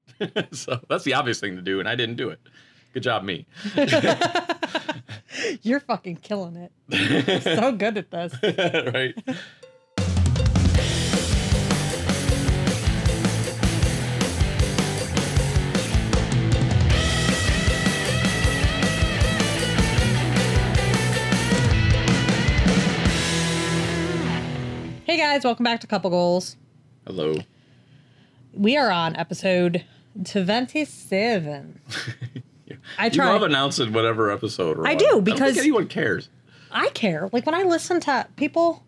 so that's the obvious thing to do, and I didn't do it. Good job, me. You're fucking killing it. You're so good at this. right? Hey guys, welcome back to Couple Goals. Hello. We are on episode 27. I You love try. announcing whatever episode. We're I on. do, don't think because- anyone cares. I care. Like when I listen to people,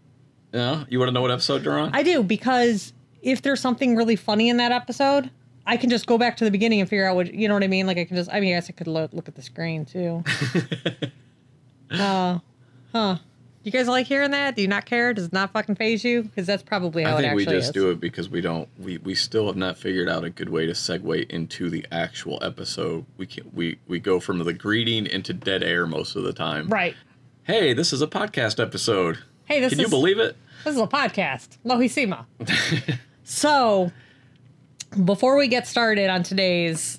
No, you want to know what episode you're on? I do because if there's something really funny in that episode, I can just go back to the beginning and figure out what you know what I mean. Like I can just. I mean, I guess I could look, look at the screen too. uh, huh. You guys like hearing that? Do you not care? Does it not fucking phase you? Because that's probably how I it think we actually just is. do it because we don't. We we still have not figured out a good way to segue into the actual episode. We can we we go from the greeting into dead air most of the time. Right. Hey, this is a podcast episode. Hey, this Can is you believe it? This is a podcast. Lohisima. so, before we get started on today's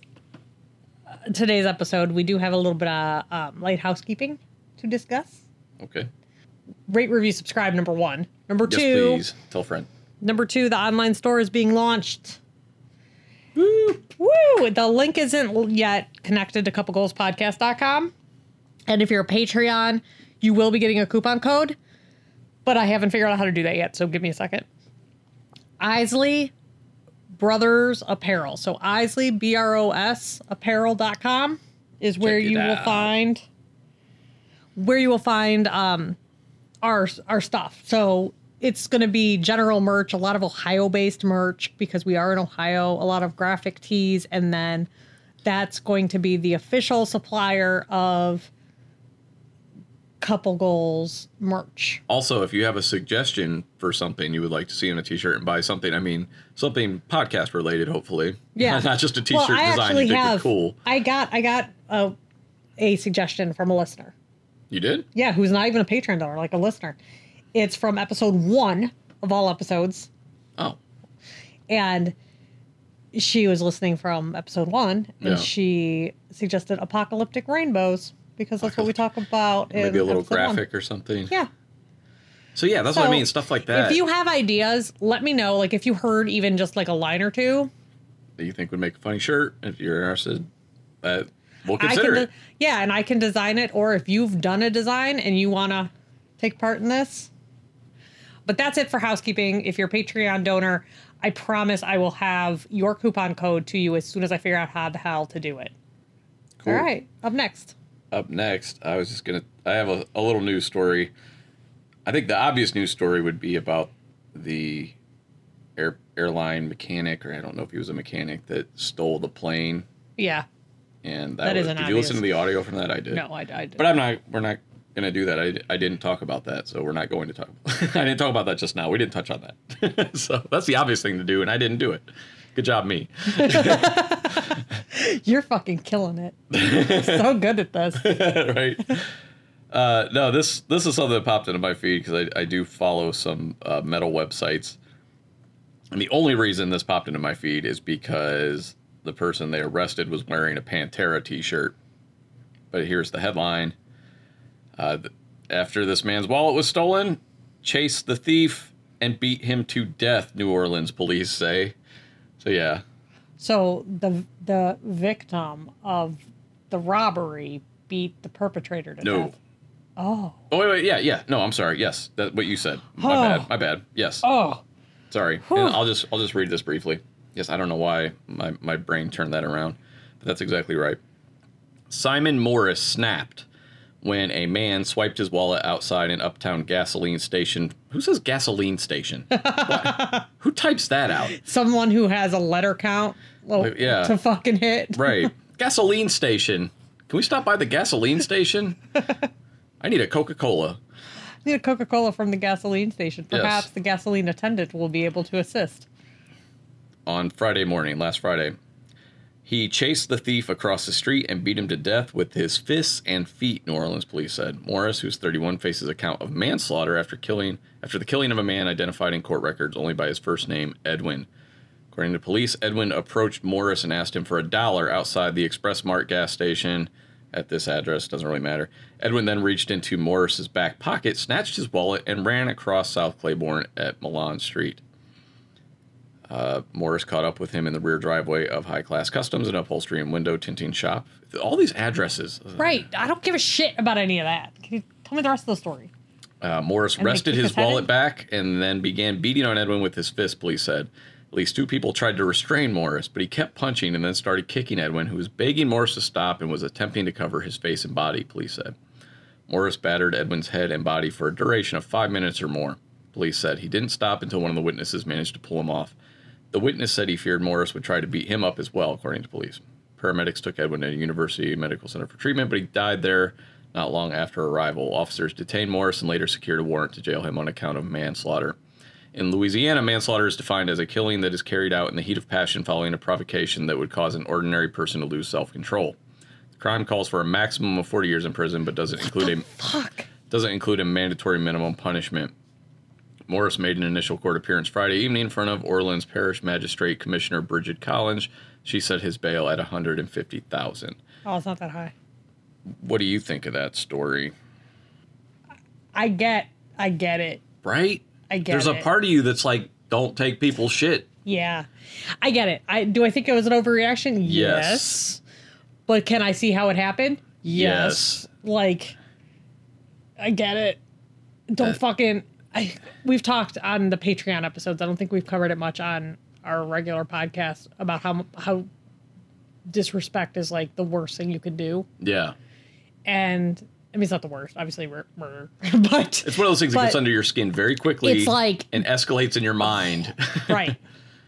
today's episode, we do have a little bit of um, light housekeeping to discuss. Okay. Rate, review, subscribe. Number one. Number Yes, two. please tell friend. Number two. The online store is being launched. Woo! Woo! The link isn't yet connected to couplegoalspodcast.com. And if you're a Patreon, you will be getting a coupon code, but I haven't figured out how to do that yet, so give me a second. Isley Brothers Apparel. So Isley, B R O S apparel.com is where Check it you will out. find where you will find um our our stuff. So it's going to be general merch, a lot of Ohio-based merch because we are in Ohio, a lot of graphic tees and then that's going to be the official supplier of couple goals merch. Also, if you have a suggestion for something you would like to see in a t-shirt and buy something, I mean something podcast related, hopefully. Yeah. Not just a Well, t-shirt I design you actually think have. are cool. I got I got a a suggestion from a listener. You did? Yeah, who's not even a Patreon donor, like a listener. It's from episode one of all episodes, Oh. and she was listening from episode one, and Yeah. she suggested apocalyptic rainbows because that's what we talk about. in Maybe a little episode one. graphic or something. Yeah. So yeah, that's what So, I mean. Stuff like that If you have ideas, let me know. Like if you heard even just like a line or two, that you think would make a funny shirt, if you're interested, uh, we'll I consider can it. de- yeah, and I can design it. Or if you've done a design and you want to take part in this, but that's it for housekeeping. If you're a Patreon donor, I promise I will have your coupon code to you as soon as I figure out how the hell to do it. Cool. All right, up next. Up next, I was just gonna. I have a, a little news story. I think the obvious news story would be about the air, airline mechanic, or I don't know if he was a mechanic that stole the plane. Yeah, And that, That was, isn't did you listen obvious. to the audio from that? I did. no, I, I But I'm not. We're not gonna do that. I, I didn't talk about that, so we're not going to talk. I didn't talk about that just now. We didn't touch on that. so that's the obvious thing to do, and I didn't do it. Good job, me. you're fucking killing it. You're so good at this. right? Uh, no, this this is something that popped into my feed because I, I do follow some uh, metal websites, and the only reason this popped into my feed is because the person they arrested was wearing a Pantera T-shirt. But here's the headline: uh, th- After this man's wallet was stolen, chase the thief and beat him to death. New Orleans police say. So yeah, So the the victim of the robbery beat the perpetrator to no. death. Oh, Oh wait, wait, yeah, yeah. No, I'm sorry. Yes, that's what you said. My Oh. bad. My bad. Yes. oh. Sorry, Whew. and I'll just I'll just read this briefly. Yes, I don't know why my, my brain turned that around, but that's exactly right. Simon Morris snapped when a man swiped his wallet outside an uptown gasoline station. Who says gasoline station? What? Who types that out? someone who has a letter count well, Like, yeah. to fucking hit. Right, gasoline station. Can we stop by the gasoline station? I need a Coca Cola. Need a Coca Cola from the gasoline station. Perhaps the gasoline attendant will be able to assist. on Friday morning, last Friday. He chased the thief across the street and beat him to death with his fists and feet, New Orleans police said. Morris, who's 31, faces a count of manslaughter after killing after the killing of a man identified in court records only by his first name, Edwin. According to police, Edwin approached Morris and asked him for a dollar outside the Express Mart gas station at this address, doesn't really matter. Edwin then reached into Morris's back pocket, snatched his wallet, and ran across South Claiborne at Milan Street. Uh, Morris caught up with him in the rear driveway of High Class Customs, an upholstery and window tinting shop. All these addresses. Right. I don't give a shit about any of that. Can you tell me the rest of the story? Uh, Morris they wrested keep his us headed? wallet back and then began beating on Edwin with his fist, police said. At least two people tried to restrain Morris, but he kept punching and then started kicking Edwin, who was begging Morris to stop and was attempting to cover his face and body, police said. Morris battered Edwin's head and body for a duration of five minutes or more, police said. He didn't stop until one of the witnesses managed to pull him off. The witness said he feared Morris would try to beat him up as well, according to police. Paramedics took Edwin to University Medical Center for treatment, but he died there not long after arrival. Officers detained Morris and later secured a warrant to jail him on account of manslaughter. In Louisiana, manslaughter is defined as a killing that is carried out in the heat of passion following a provocation that would cause an ordinary person to lose self control. The crime calls for a maximum of 40 years in prison, but doesn't include a Fuck. doesn't include a mandatory minimum punishment. Morris made an initial court appearance Friday evening in front of Orleans Parish Magistrate Commissioner Bridget Collins. She set his bail at 150,000. Oh, it's not that high. What do you think of that story? I get. I get it. Right? I get There's a it. part of you that's like, don't take people's shit. Yeah. I get it. I do I think it was an overreaction? Yes. But can I see how it happened? Yes. Like I get it. Don't That- fucking I we've talked on the Patreon episodes. I don't think we've covered it much on our regular podcast about how how disrespect is like the worst thing you could do. Yeah. And I mean it's not the worst, obviously mur- murder. but It's one of those things that But gets under your skin very quickly. it's like- and escalates in your mind right.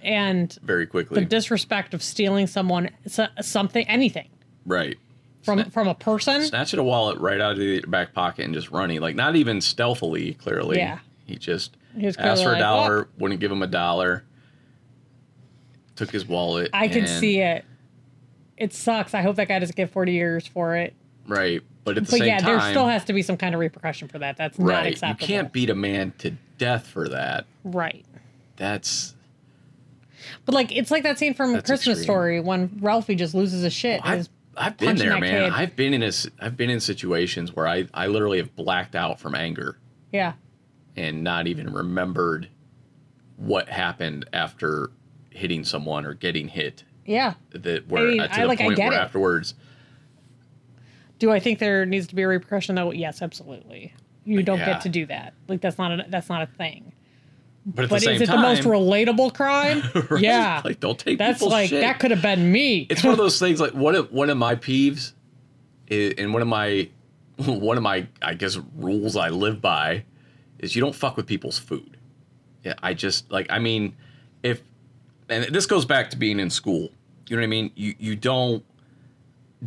And very the quickly. disrespect of stealing someone so- something anything right. from from a person. snatching a wallet right out of the back pocket and just running, like not even stealthily. Clearly, Yeah. he just He was asked clearly for a like, dollar, wouldn't give him a dollar. Took his wallet. I can see it. It sucks. I hope that guy doesn't get 40 years for it. Right, but at the But same yeah, time, there still has to be some kind of repercussion for that. That's not right, acceptable. you can't beat a man to death for that. right. That's But like it's like that scene from That's Christmas extreme. Story when Ralphie just loses his shit. and I've, is- I've been punching there, that man. kid. I've been in a, s- I've been in situations where I, I literally have blacked out from anger yeah. and not even remembered what happened after hitting someone or getting hit. Yeah. that were mean, at to I- the like, I point get where it. afterwards, Do I think there needs to be a repercussion though? Yes, absolutely. You don't Yeah. get to do that. Like that's not a that's not a thing. but at But the same is it time, the most relatable crime? right? Yeah. like don't take that's people's like shit. that could have been me. It's one of those things. Like one of one of my peeves, i- and one of my one of my I guess rules I live by is you don't fuck with people's food. Yeah, I just like I mean, if and this goes back to being in school. You know what I mean? You you don't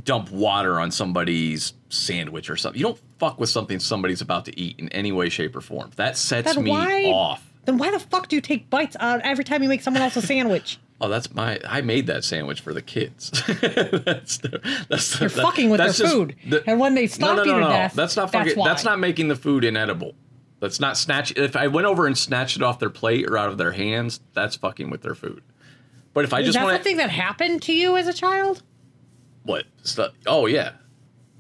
dump water on somebody's sandwich or something. You don't fuck with something somebody's about to eat in any way, shape, or form. That sets Then me why- off. then why the fuck do you take bites out every time you make someone else a sandwich? Oh, that's my. I made that sandwich for the kids. that's the, that's the, You're fucking with that's their just food. the- and when they no, stop no, you no, to no. death, That's not fucking. why. That's, not making the food inedible. That's not snatch. If I went over and snatched it off their plate or out of their hands, that's fucking with their food. But if I Is just that want something that happened to you as a child? what? Stu- oh yeah,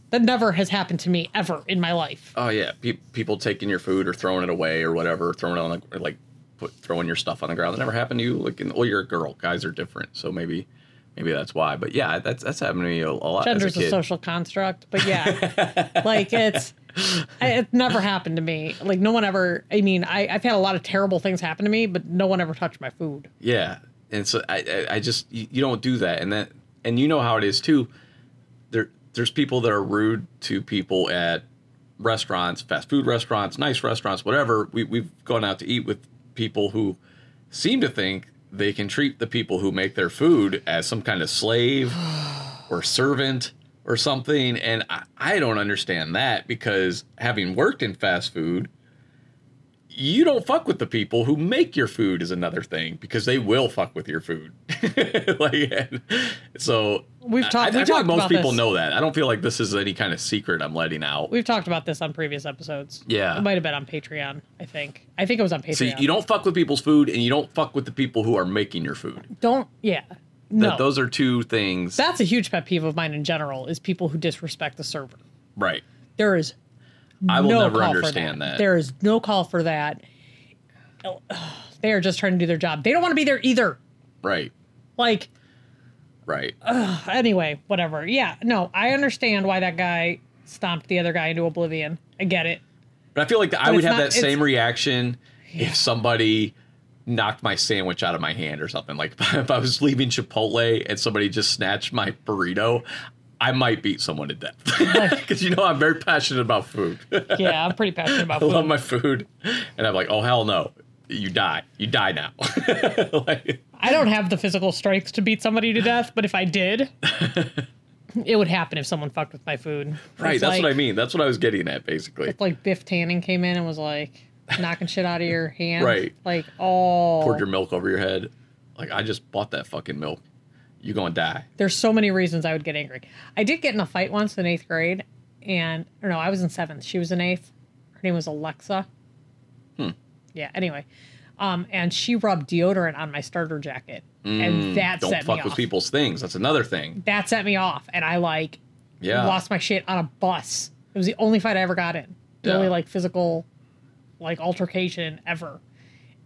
That never has happened to me ever in my life. oh yeah. Pe- people taking your food or throwing it away or whatever, throwing it on the or, like, put throwing your stuff on the ground. That never happened to you. Like, in, well, you're a girl. Guys are different, so maybe. Maybe that's why, but yeah, that's that's happened to me a, a lot. as Gender's a a, kid. social construct, but yeah, like it's I- it never happened to me. Like no one ever. I mean, I, I've had a lot of terrible things happen to me, but no one ever touched my food. Yeah, and so I, I, I just you, you don't do that, and that, and you know how it is too. There, there's people that are rude to people at restaurants, fast food restaurants, nice restaurants, whatever. We we've gone out to eat with people who seem to think they can treat the people who make their food as some kind of slave or servant or something, and I, I don't understand that because having worked in fast food you don't fuck with the people who make your food is another thing because they will fuck with your food. like and so We've I, talked. I We feel talked like most about people this. know that. I don't feel like this is any kind of secret I'm letting out. We've talked about this on previous episodes. Yeah. it might have been on Patreon. I think. I think it was on Patreon. So you don't fuck with people's food, and you don't fuck with the people who are making your food. Don't. Yeah. That No. those are two things, That's a huge pet peeve of mine in general is people who disrespect the server. right? There is I will no never call understand for that. that. There is no call for that. Oh, ugh, They are just trying to do their job. They don't want to be there either. Right, Like right. anyway, whatever. Yeah, no, I understand why that guy stomped the other guy into oblivion. I get it. But I feel like I would it's have not- that it's- same reaction if somebody knocked my sandwich out of my hand or something. Like if I was leaving Chipotle and somebody just snatched my burrito, I might beat someone to death because you know I'm very passionate about food. I Yeah, I'm pretty passionate about love food. my food, and I'm like, oh hell no, you die, you die now. Like, I don't have the physical strength to beat somebody to death, but if I did, it would happen if someone fucked with my food. right, that's what I mean. That's what I was getting at basically. Like Biff Tannen came in and was like knocking shit out of your hand. Right. Like, oh. Poured your milk over your head. Like I just bought that fucking milk. You gonna die? there's so many reasons I would get angry. I did get in a fight once in eighth grade, and or no, I was in seventh. She was in eighth. Her name was Alexa. Hmm. Yeah. Anyway, um, and she rubbed deodorant on my starter jacket, and Hmm, that Don't set me fuck with off. people's things. That's another thing. That set me off, and I like Yeah. lost my shit on a bus. It was the only fight I ever got in. The Yeah. only like physical, like altercation ever.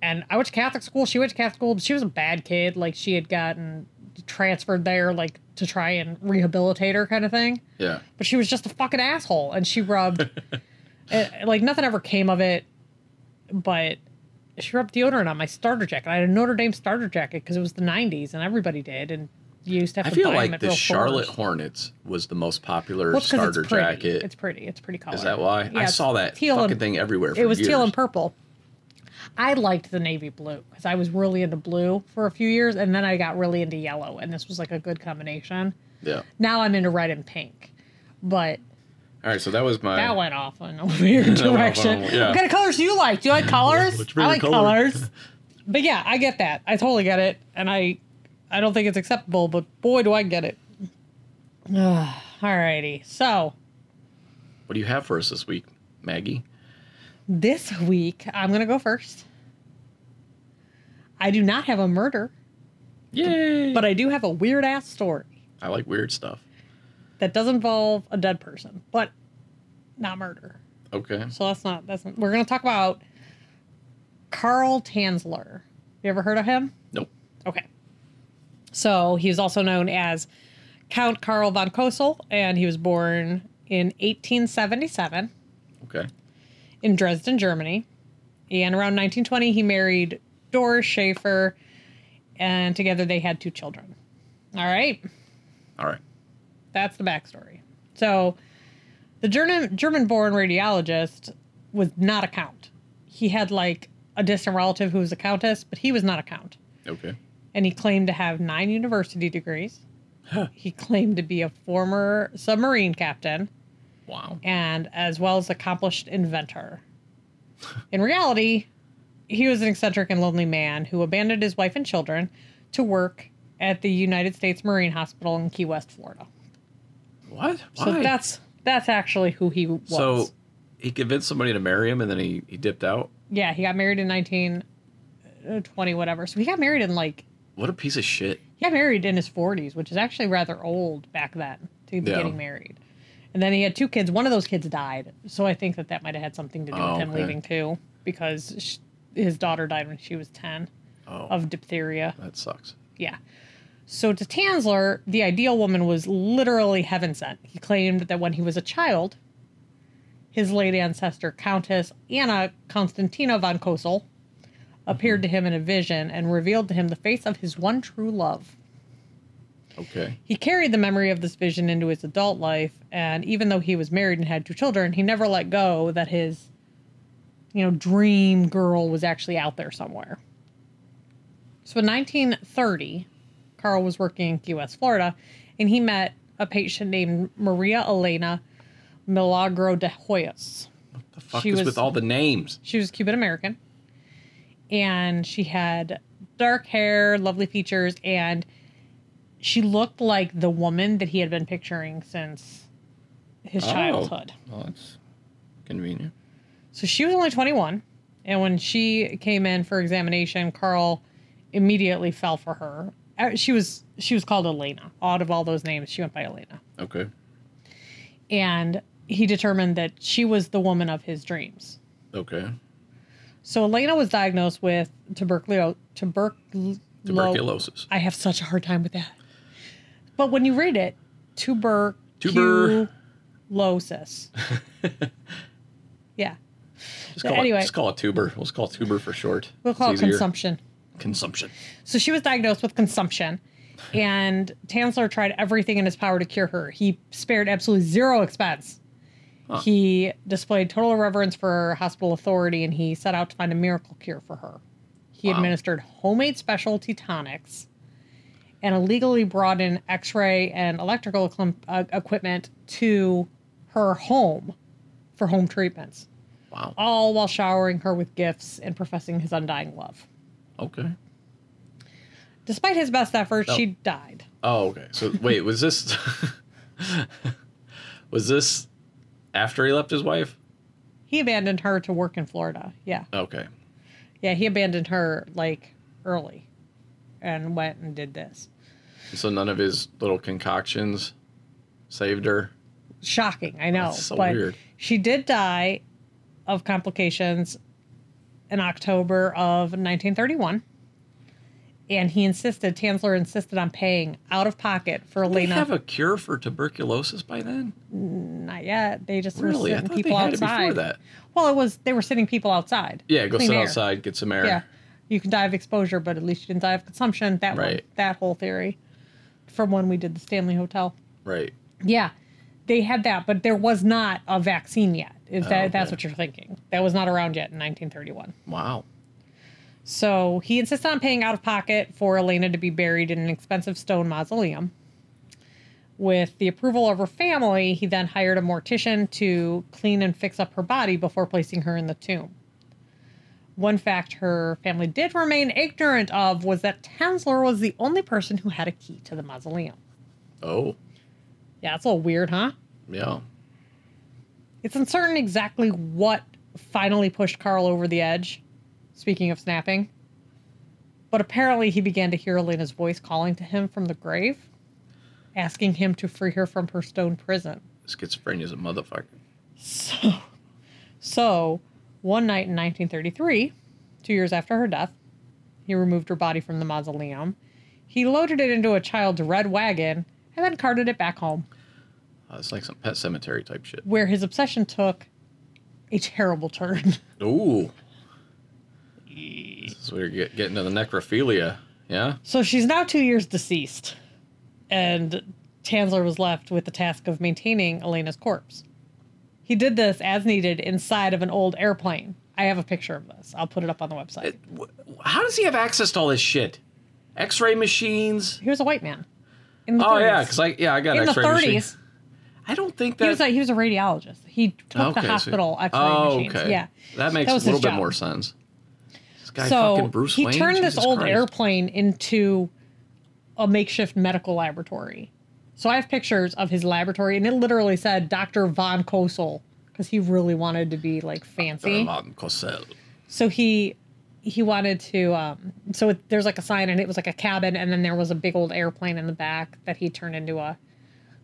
And I went to Catholic school. She went to Catholic school, but she was a bad kid. Like she had gotten transferred there, like to try and rehabilitate her, kind of thing. Yeah. But she was just a fucking asshole, and she rubbed, eh, like nothing ever came of it. But she rubbed deodorant on my starter jacket. I had a Notre Dame starter jacket because it was the '90s, and everybody did, and you used to have I to feel buy them like at the real Charlotte stores. Hornets was the most popular Well, it's 'cause starter it's pretty. jacket. It's pretty. It's pretty color. Is that why? Yeah, I it's saw that teal fucking and- thing everywhere. For It was teal years. and purple. I liked the navy blue because I was really into blue for a few years, and then I got really into yellow, and this was like a good combination. Yeah. Now I'm into red and pink, but All right, so that was my. that went off in a weird went off direction. on a- yeah. What kind of colors do you like? Do you like colors? What's I really like color? colors. But yeah, I get that. I totally get it, and I, I don't think it's acceptable. But boy, do I get it. Ugh, Alrighty, so What do you have for us this week, Maggie? This week, I'm going to go first. I do not have a murder, Yay! but I do have a weird ass story I like weird stuff. that does involve a dead person, but not murder. Okay. So that's not that's not, we're going to talk about Carl Tanzler. You ever heard of him? Nope. Okay. So he was also known as Count Carl von Kosel, and he was born in 1877. Okay. in Dresden, Germany. And around 1920, he married Doris Schaefer, and together they had two children. All right, All right. that's the backstory. So, the German German-born radiologist was not a count. He had like a distant relative who was a countess, but he was not a count. Okay. And he claimed to have nine university degrees. He claimed to be a former submarine captain Wow. and as well as accomplished inventor. In reality, he was an eccentric and lonely man who abandoned his wife and children to work at the United States Marine Hospital in Key West, Florida. What? Why? So that's that's actually who he was. So he convinced somebody to marry him, and then he, he dipped out. yeah, he got married in 1920 whatever. So he got married in like What a piece of shit. he got married in his 40s, which is actually rather old back then to be Yeah. getting married. And then he had two kids. One of those kids died, so I think that that might have had something to do Oh, with him okay. leaving too, because sh his daughter died when she was 10 Oh, of diphtheria. that sucks. Yeah. So to Tansler, the ideal woman was literally heaven sent. He claimed that when he was a child, his late ancestor, Countess Anna Constantina von Kosel, appeared Mm-hmm. to him in a vision and revealed to him the face of his one true love. Okay. He carried the memory of this vision into his adult life, and even though he was married and had two children, he never let go that his, you know, dream girl was actually out there somewhere. So in 1930, Carl was working in Key West, Florida, and he met a patient named Maria Elena Milagro de Hoyas. The fuck She is was- with all the names? She was Cuban American. And she had dark hair, lovely features, and she looked like the woman that he had been picturing since his Oh. childhood. Well, that's convenient. So she was only 21. And when she came in for examination, Carl immediately fell for her. Uh, She was she was called Elena. Out of all those names, she went by Elena. Okay. And he determined that she was the woman of his dreams. Okay. So Elena was diagnosed with tuberculo- tubercul- Tuberculosis. I have such a hard time with that. But when you read it, tuber Tuber. tuberculosis. yeah, Just call Anyway. it. Just call it tuber. We'll just call it tuber for short. we'll call It's it easier. consumption. Consumption. So she was diagnosed with consumption, and Tansler tried everything in his power to cure her. He spared absolutely zero expense. Huh. He displayed total reverence for hospital authority, and he set out to find a miracle cure for her. He Wow. administered homemade specialty tonics and illegally brought in x ray and electrical equi- uh, equipment to her home for home treatments, Wow. all while showering her with gifts and professing his undying love. Oh. Okay. Despite his best efforts, Oh. she died. Oh, okay. So wait, was this was this after he left his wife? He abandoned her to work in Florida. Yeah. Okay. Yeah, he abandoned her like early and went and did this. So none of his little concoctions saved her. Shocking, I know. That's so but weird. she did die of complications in October of 1931. And he insisted, Tansler insisted on paying out of pocket for They Elena. have a cure for tuberculosis by then? Not yet. They just were Really? I sitting thought they people had outside. it before that. Well, it was they were sitting people outside. Yeah, go Clean sit air. outside, get some air. Yeah. You can die of exposure, but at least you didn't die of consumption. That one, Right. that whole theory from when we did the Stanley Hotel. Right. Yeah. They had that, but there was not a vaccine yet. If that, Oh, okay. that's what you're thinking. That was not around yet in 1931. Wow. So he insisted on paying out of pocket for Elena to be buried in an expensive stone mausoleum. With the approval of her family, he then hired a mortician to clean and fix up her body before placing her in the tomb. One fact her family did remain ignorant of was that Tensler was the only person who had a key to the mausoleum. Oh, Yeah, that's a little weird, huh? yeah. It's uncertain exactly what finally pushed Carl over the edge. Speaking of snapping. But apparently he began to hear Elena's voice calling to him from the grave, asking him to free her from her stone prison. Schizophrenia's a motherfucker. So, so one night in 1933, two years after her death, he removed her body from the mausoleum. He loaded it into a child's red wagon and then carted it back home, Uh, it's like some pet cemetery type shit. where his obsession took a terrible turn. Ooh. This is where you're get, getting to the necrophilia. Yeah? So she's now two years deceased, and Tansler was left with the task of maintaining Elena's corpse. He did this as needed inside of an old airplane. I have a picture of this. I'll put it up on the website. Wh- How does he have access to all this shit? X ray machines? he was a white man. In the Oh, 30s. yeah, because I, yeah, I got in an the X ray machine. 30s, I don't think that. he was a he was a radiologist. He took Oh, Okay, so- the Oh, hospital X-ray machines. Yeah. That makes That a was little his bit job. more sense. This guy so fucking Bruce he Wayne? turned this Jesus old Christ. airplane into a makeshift medical laboratory. So I have pictures of his laboratory, and it literally said Dr. Von Kosel because he really wanted to be like fancy. Martin Cosell. So he he wanted to. Um, so it, there's like a sign, and it was like a cabin, and then there was a big old airplane in the back that he turned into a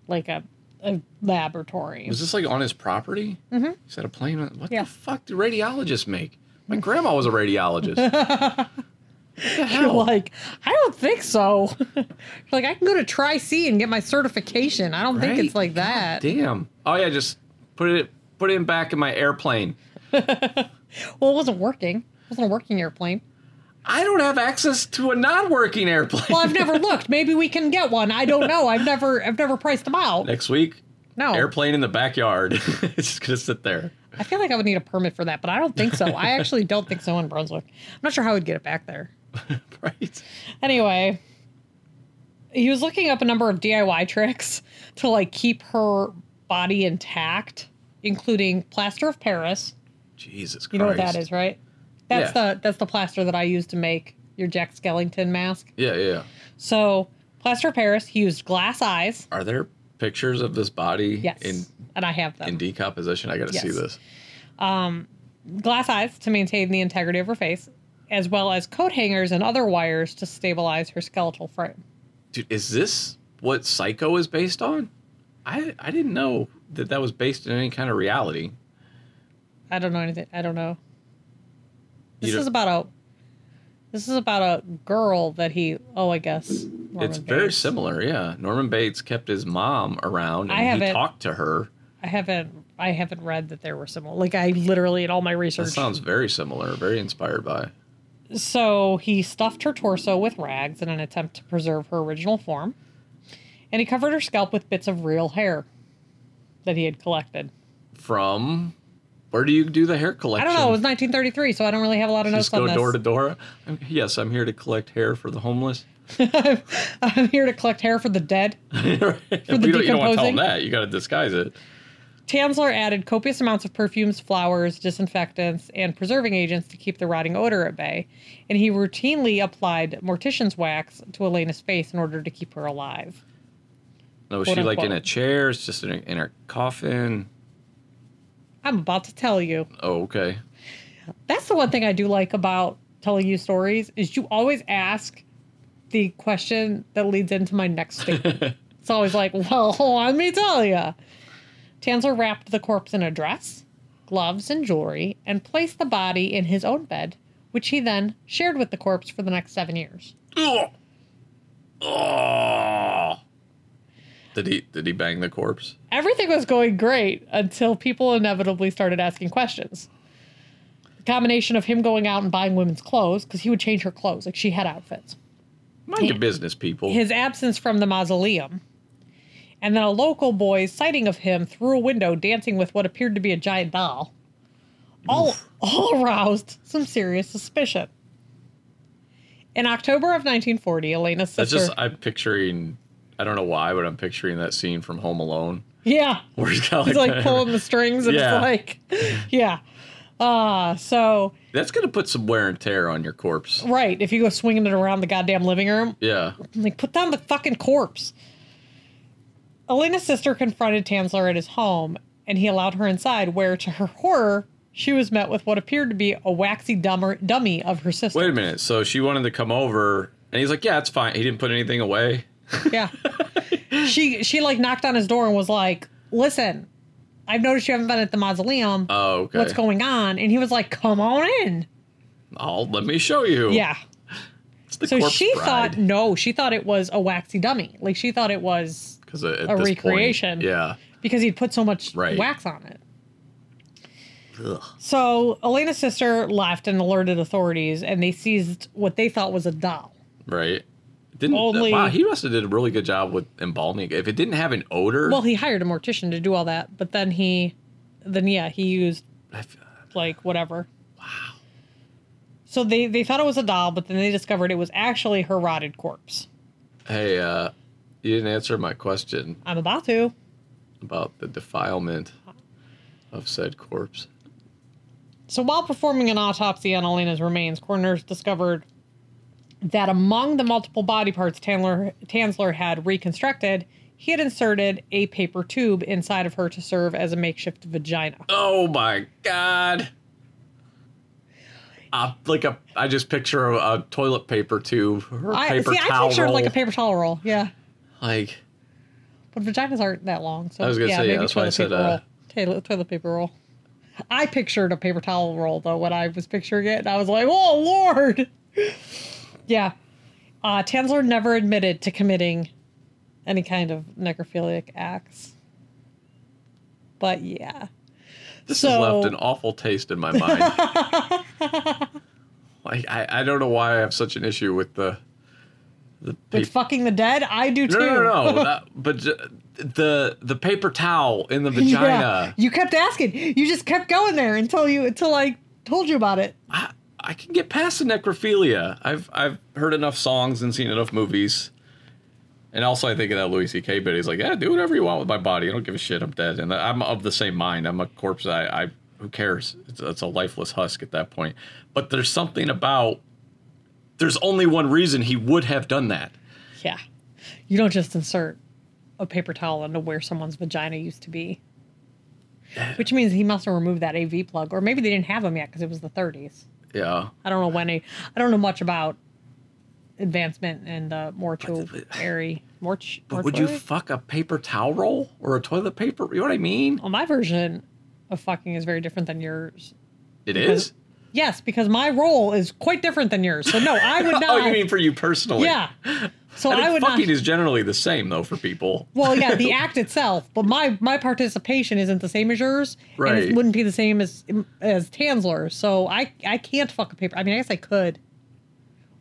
like a, a laboratory. Was this like on his property? Mm-hmm. He said a plane. What Yeah. the fuck do radiologists make? My grandma was a radiologist. what the You're hell? like, I don't think so. You're like, I can go to Tri C and get my certification. I don't think it's Right. like that. Damn. Oh yeah, just put it put him back in my airplane. Well, it wasn't working. It wasn't a working airplane. I don't have access to a non-working airplane. Well, I've never looked. Maybe we can get one. I don't know. I've never, I've never priced them out. Next week, No, airplane in the backyard. it's just gonna sit there. I feel like I would need a permit for that, but I don't think so. I actually don't think so in Brunswick. I'm not sure how I would get it back there. Right. Anyway, he was looking up a number of DIY tricks to like keep her body intact, including plaster of Paris. Jesus Christ. You know what that is, right? That's Yeah. the that's the plaster that I use to make your Jack Skellington mask. Yeah, yeah. So Plaster of Paris. He used glass eyes. Are there pictures of this body Yes. in and I have them. in decomposition? I got to see Yes. this. glass eyes to maintain the integrity of her face, as well as coat hangers and other wires to stabilize her skeletal frame. Dude, is this what Psycho is based on? I I didn't know that that was based in any kind of reality. I don't know anything. I don't know. You This don't- is about a. This is about a girl that he. Oh, I guess. it's Norman very Bates. similar, yeah. Norman Bates kept his mom around I and have he it. talked to her. I haven't. I haven't read that there were similar. Like I literally in all my That research. sounds very similar, very inspired by. So he stuffed her torso with rags in an attempt to preserve her original form, and he covered her scalp with bits of real hair that he had collected. From where do you do the hair I collection? don't know. It was 1933, so I don't really have a lot of notes Just go on this. door to door. I'm, yes, I'm here to collect hair for the homeless. I'm here to collect hair for the dead. we don't, you don't want to tell them decomposing? that. You got to disguise it. Tansler added copious amounts of perfumes, flowers, disinfectants, and preserving agents to keep the rotting odor at bay, and he routinely applied mortician's wax to Elena's face in order to keep her alive. No, was Quote, she like in a unquote. chair? It's just in her, in her coffin. I'm about to tell you. Oh, okay. That's the one thing I do like about telling you stories is you always ask the question that leads into my next statement. it's always like, well, let me tell you. Tansler wrapped the corpse in a dress, gloves, and jewelry, and placed the body in his own bed, which he then shared with the corpse for the next seven years. Ugh. Ugh. Did he did he bang the corpse? Everything was going great until people inevitably started asking questions. The combination of him going out and buying women's clothes, because he would change her clothes, like she had outfits. Mind your business, people. his absence from the mausoleum. And then a local boy's sighting of him through a window dancing with what appeared to be a giant doll. All, all aroused some serious suspicion. In October of 1940, Elena's That's sister. just I'm picturing. I don't know why, but I'm picturing that scene from Home Alone yeah. where he's got He's like, like pulling the strings and Yeah. it's like, yeah. Uh, so, That's gonna put some wear and tear on your corpse. right. If you go swinging it around the goddamn living room, Yeah. I'm like, put down the fucking corpse. Elena's sister confronted Tansler at his home, and he allowed her inside, where, to her horror, she was met with what appeared to be a waxy dumber, dummy of her sister. Wait a minute. So she wanted to come over, and he's like, "Yeah, it's fine." He didn't put anything away. Yeah. she she like knocked on his door and was like, "Listen, I've noticed you haven't been at the mausoleum. Oh, okay. What's going on?" And he was like, "Come on in." I'll let me show you. Yeah. It's the So corpse she bride. thought no, she thought it was a waxy dummy. Like she thought it was because a a recreation. yeah. because he'd put so much Right. wax on it. Ugh. So Elena's sister left and alerted authorities, and they seized what they thought was a doll. Right. Didn't Only- wow? He must have did a really good job with embalming. If it didn't have an odor, Well, he hired a mortician to do all that, but then he, then yeah, he used I f- like whatever. Wow. So they they thought it was a doll, but then they discovered it was actually her rotted corpse. hey, uh, you didn't answer my question I'm about to. about the defilement of said corpse. So while performing an autopsy on Elena's remains, coroners discovered that among the multiple body parts Tansler, Tansler had reconstructed, he had inserted a paper tube inside of her to serve as a makeshift vagina. Oh my god. Uh, like a, I just picture a, a toilet paper tube or a I paper see. towel. I pictured like a roll. paper towel roll. Yeah, Like, but vaginas aren't that long. So I was gonna yeah, say, yeah, maybe that's why I toilet said, paper uh, roll. Toilet, toilet paper roll. I pictured a paper towel roll though when I was picturing it, and I was like, "Oh Lord." yeah, uh, Tansler never admitted to committing any kind of necrophilic acts. But yeah, this has So- left an awful taste in my mind. like, I, I don't know why I have such an issue with the, the with paper. fucking the dead, I do too. No, no, no, no. that- but j- the the paper towel in the yeah, vagina. you kept asking. You just kept going there until you until I told you about it. I, I can get past the necrophilia. I've I've heard enough songs and seen enough movies. And also, I think of that Louis C.K. bit. He's like, "Yeah, do whatever you want with my body. I don't give a shit. I'm dead." And I'm of the same mind. I'm a corpse. I, I who cares? It's, it's a lifeless husk at that point. But there's something about. There's only one reason he would have done that. Yeah. You don't just insert a paper towel into where someone's vagina used to be. Which means he must have removed that AV plug, or maybe they didn't have them yet because it was the 30s. Yeah. I don't know when. I, I don't know much about advancement in the mortuary. Morch, But would you mortuary? fuck a paper towel roll or a toilet paper? You know what I mean? well, my version of fucking is very different than yours. It is. Yes, because my role is quite different than yours. So no, I would not. Oh, you mean for you personally? yeah. So I, I, think would fucking not. is generally the same though for people. well, yeah, the act itself, but my my participation isn't the same as yours, and Right. it wouldn't be the same as as Tansler. So I I can't fuck a paper. I mean, I guess I could.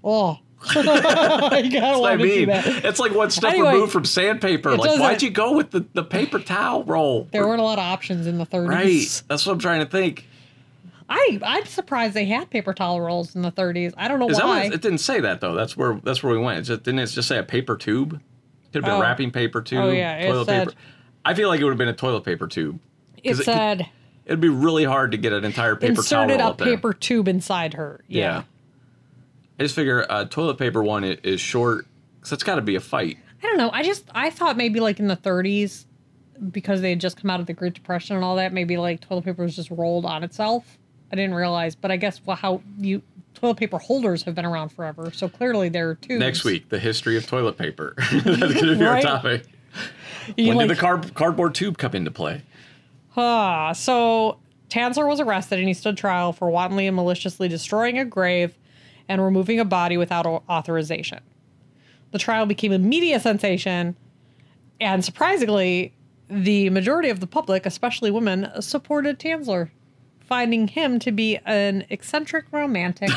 Oh, I gotta I want to do mean, that. it's like one step Anyway, removed from sandpaper. Like, doesn't- why'd you go with the, the paper towel roll? There weren't a lot of options in the 30s. right. That's what I'm trying to think. I I'm surprised they had paper towel rolls in the 30s. I don't know Is that why. what, it didn't say that though. That's where that's where we went. It just, didn't it just say a paper tube? Could have been Oh. wrapping paper tube. Oh, yeah, it Toilet said- paper. I feel like it would have been a toilet paper tube. it 'cause it could- said It'd be really hard to get an entire paper towel inserted roll a up there. paper tube inside her. Yeah. I just figure uh, toilet paper one i- is short, so it's got to be a fight. I don't know. I just I thought maybe like in the 30s because they had just come out of the Great Depression and all that, maybe like toilet paper was just rolled on itself. I didn't realize, but I guess well, how you toilet paper holders have been around forever, so clearly they're tubes. Next week, the history of toilet paper. That's going to be our Right. topic. You When like, did the carb- cardboard tube come into play? Ah, so Tansler was arrested and he stood trial for wantonly and maliciously destroying a grave and removing a body without au- authorization. The trial became a media sensation, and surprisingly, the majority of the public, especially women, supported Tansler, finding him to be an eccentric romantic.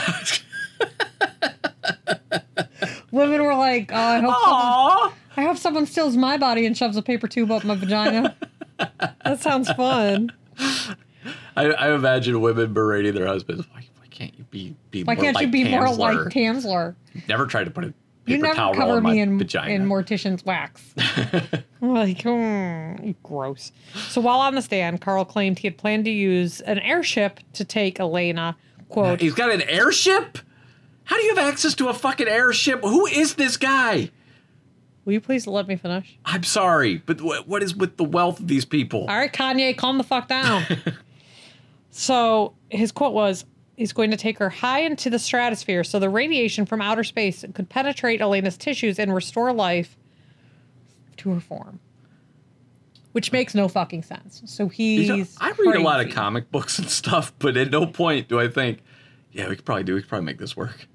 women were like, oh, I hope Aww. someone I hope someone steals my body and shoves a paper tube up my vagina. that sounds fun. I, I imagine women berating their husbands. Why, why can't you be, be Why more can't like you be more Tansler? like Tansler? Never tried to put a You paper never towel roll cover in my me in, vagina. in mortician's wax. like, mm, gross. So while on the stand, Carl claimed he had planned to use an airship to take Elena. Quote, He's got an airship? How do you have access to a fucking airship? Who is this guy? Will you please let me finish? I'm sorry, but wh- what is with the wealth of these people? All right, Kanye, calm the fuck down. so his quote was He's going to take her high into the stratosphere so the radiation from outer space could penetrate Elena's tissues and restore life to her form. Which makes no fucking sense. So he's. You know, Uh, I read a lot of crazy. comic books and stuff, but at no point do I think, yeah, we could probably do, we could probably make this work.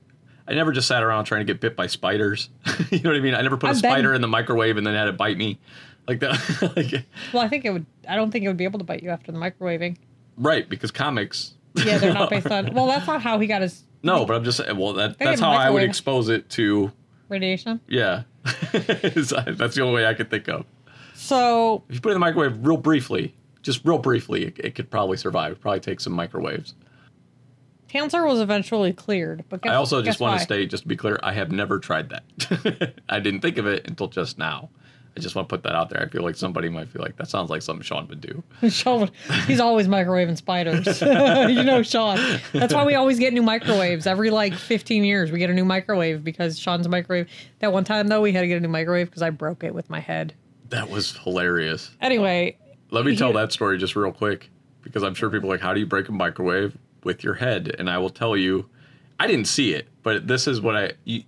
I never just sat around trying to get bit by spiders. you know what I mean? I never put a I bet- spider in the microwave and then had it bite me, like that. like, Well, I think it would. I don't think it would be able to bite you after the microwaving. right? Because comics. Yeah, they're not based on. Well, that's not how he got his No, but I'm just saying. Well, that, They that's have how I would microwave. expose it to. radiation. Yeah, uh, that's the only way I could think of. So If you put it in the microwave real briefly, just real briefly, it, it could probably survive. It'd probably take some microwaves. Panzer was eventually cleared. But guess, I also just guess want why? to state, just to be clear, I have never tried that. I didn't think of it until just now. I just want to put that out there. I feel like somebody might feel like that sounds like something Sean would do. Sean, he's always microwaving spiders. you know, Sean. That's why we always get new microwaves. Every like 15 years, we get a new microwave because Sean's microwave. That one time, though, we had to get a new microwave because I broke it with my head. That was hilarious. Anyway, Let me tell Yeah. that story just real quick because I'm sure people are like, how do you break a microwave with your head? And I will tell you, I didn't see it, but this is what I. You,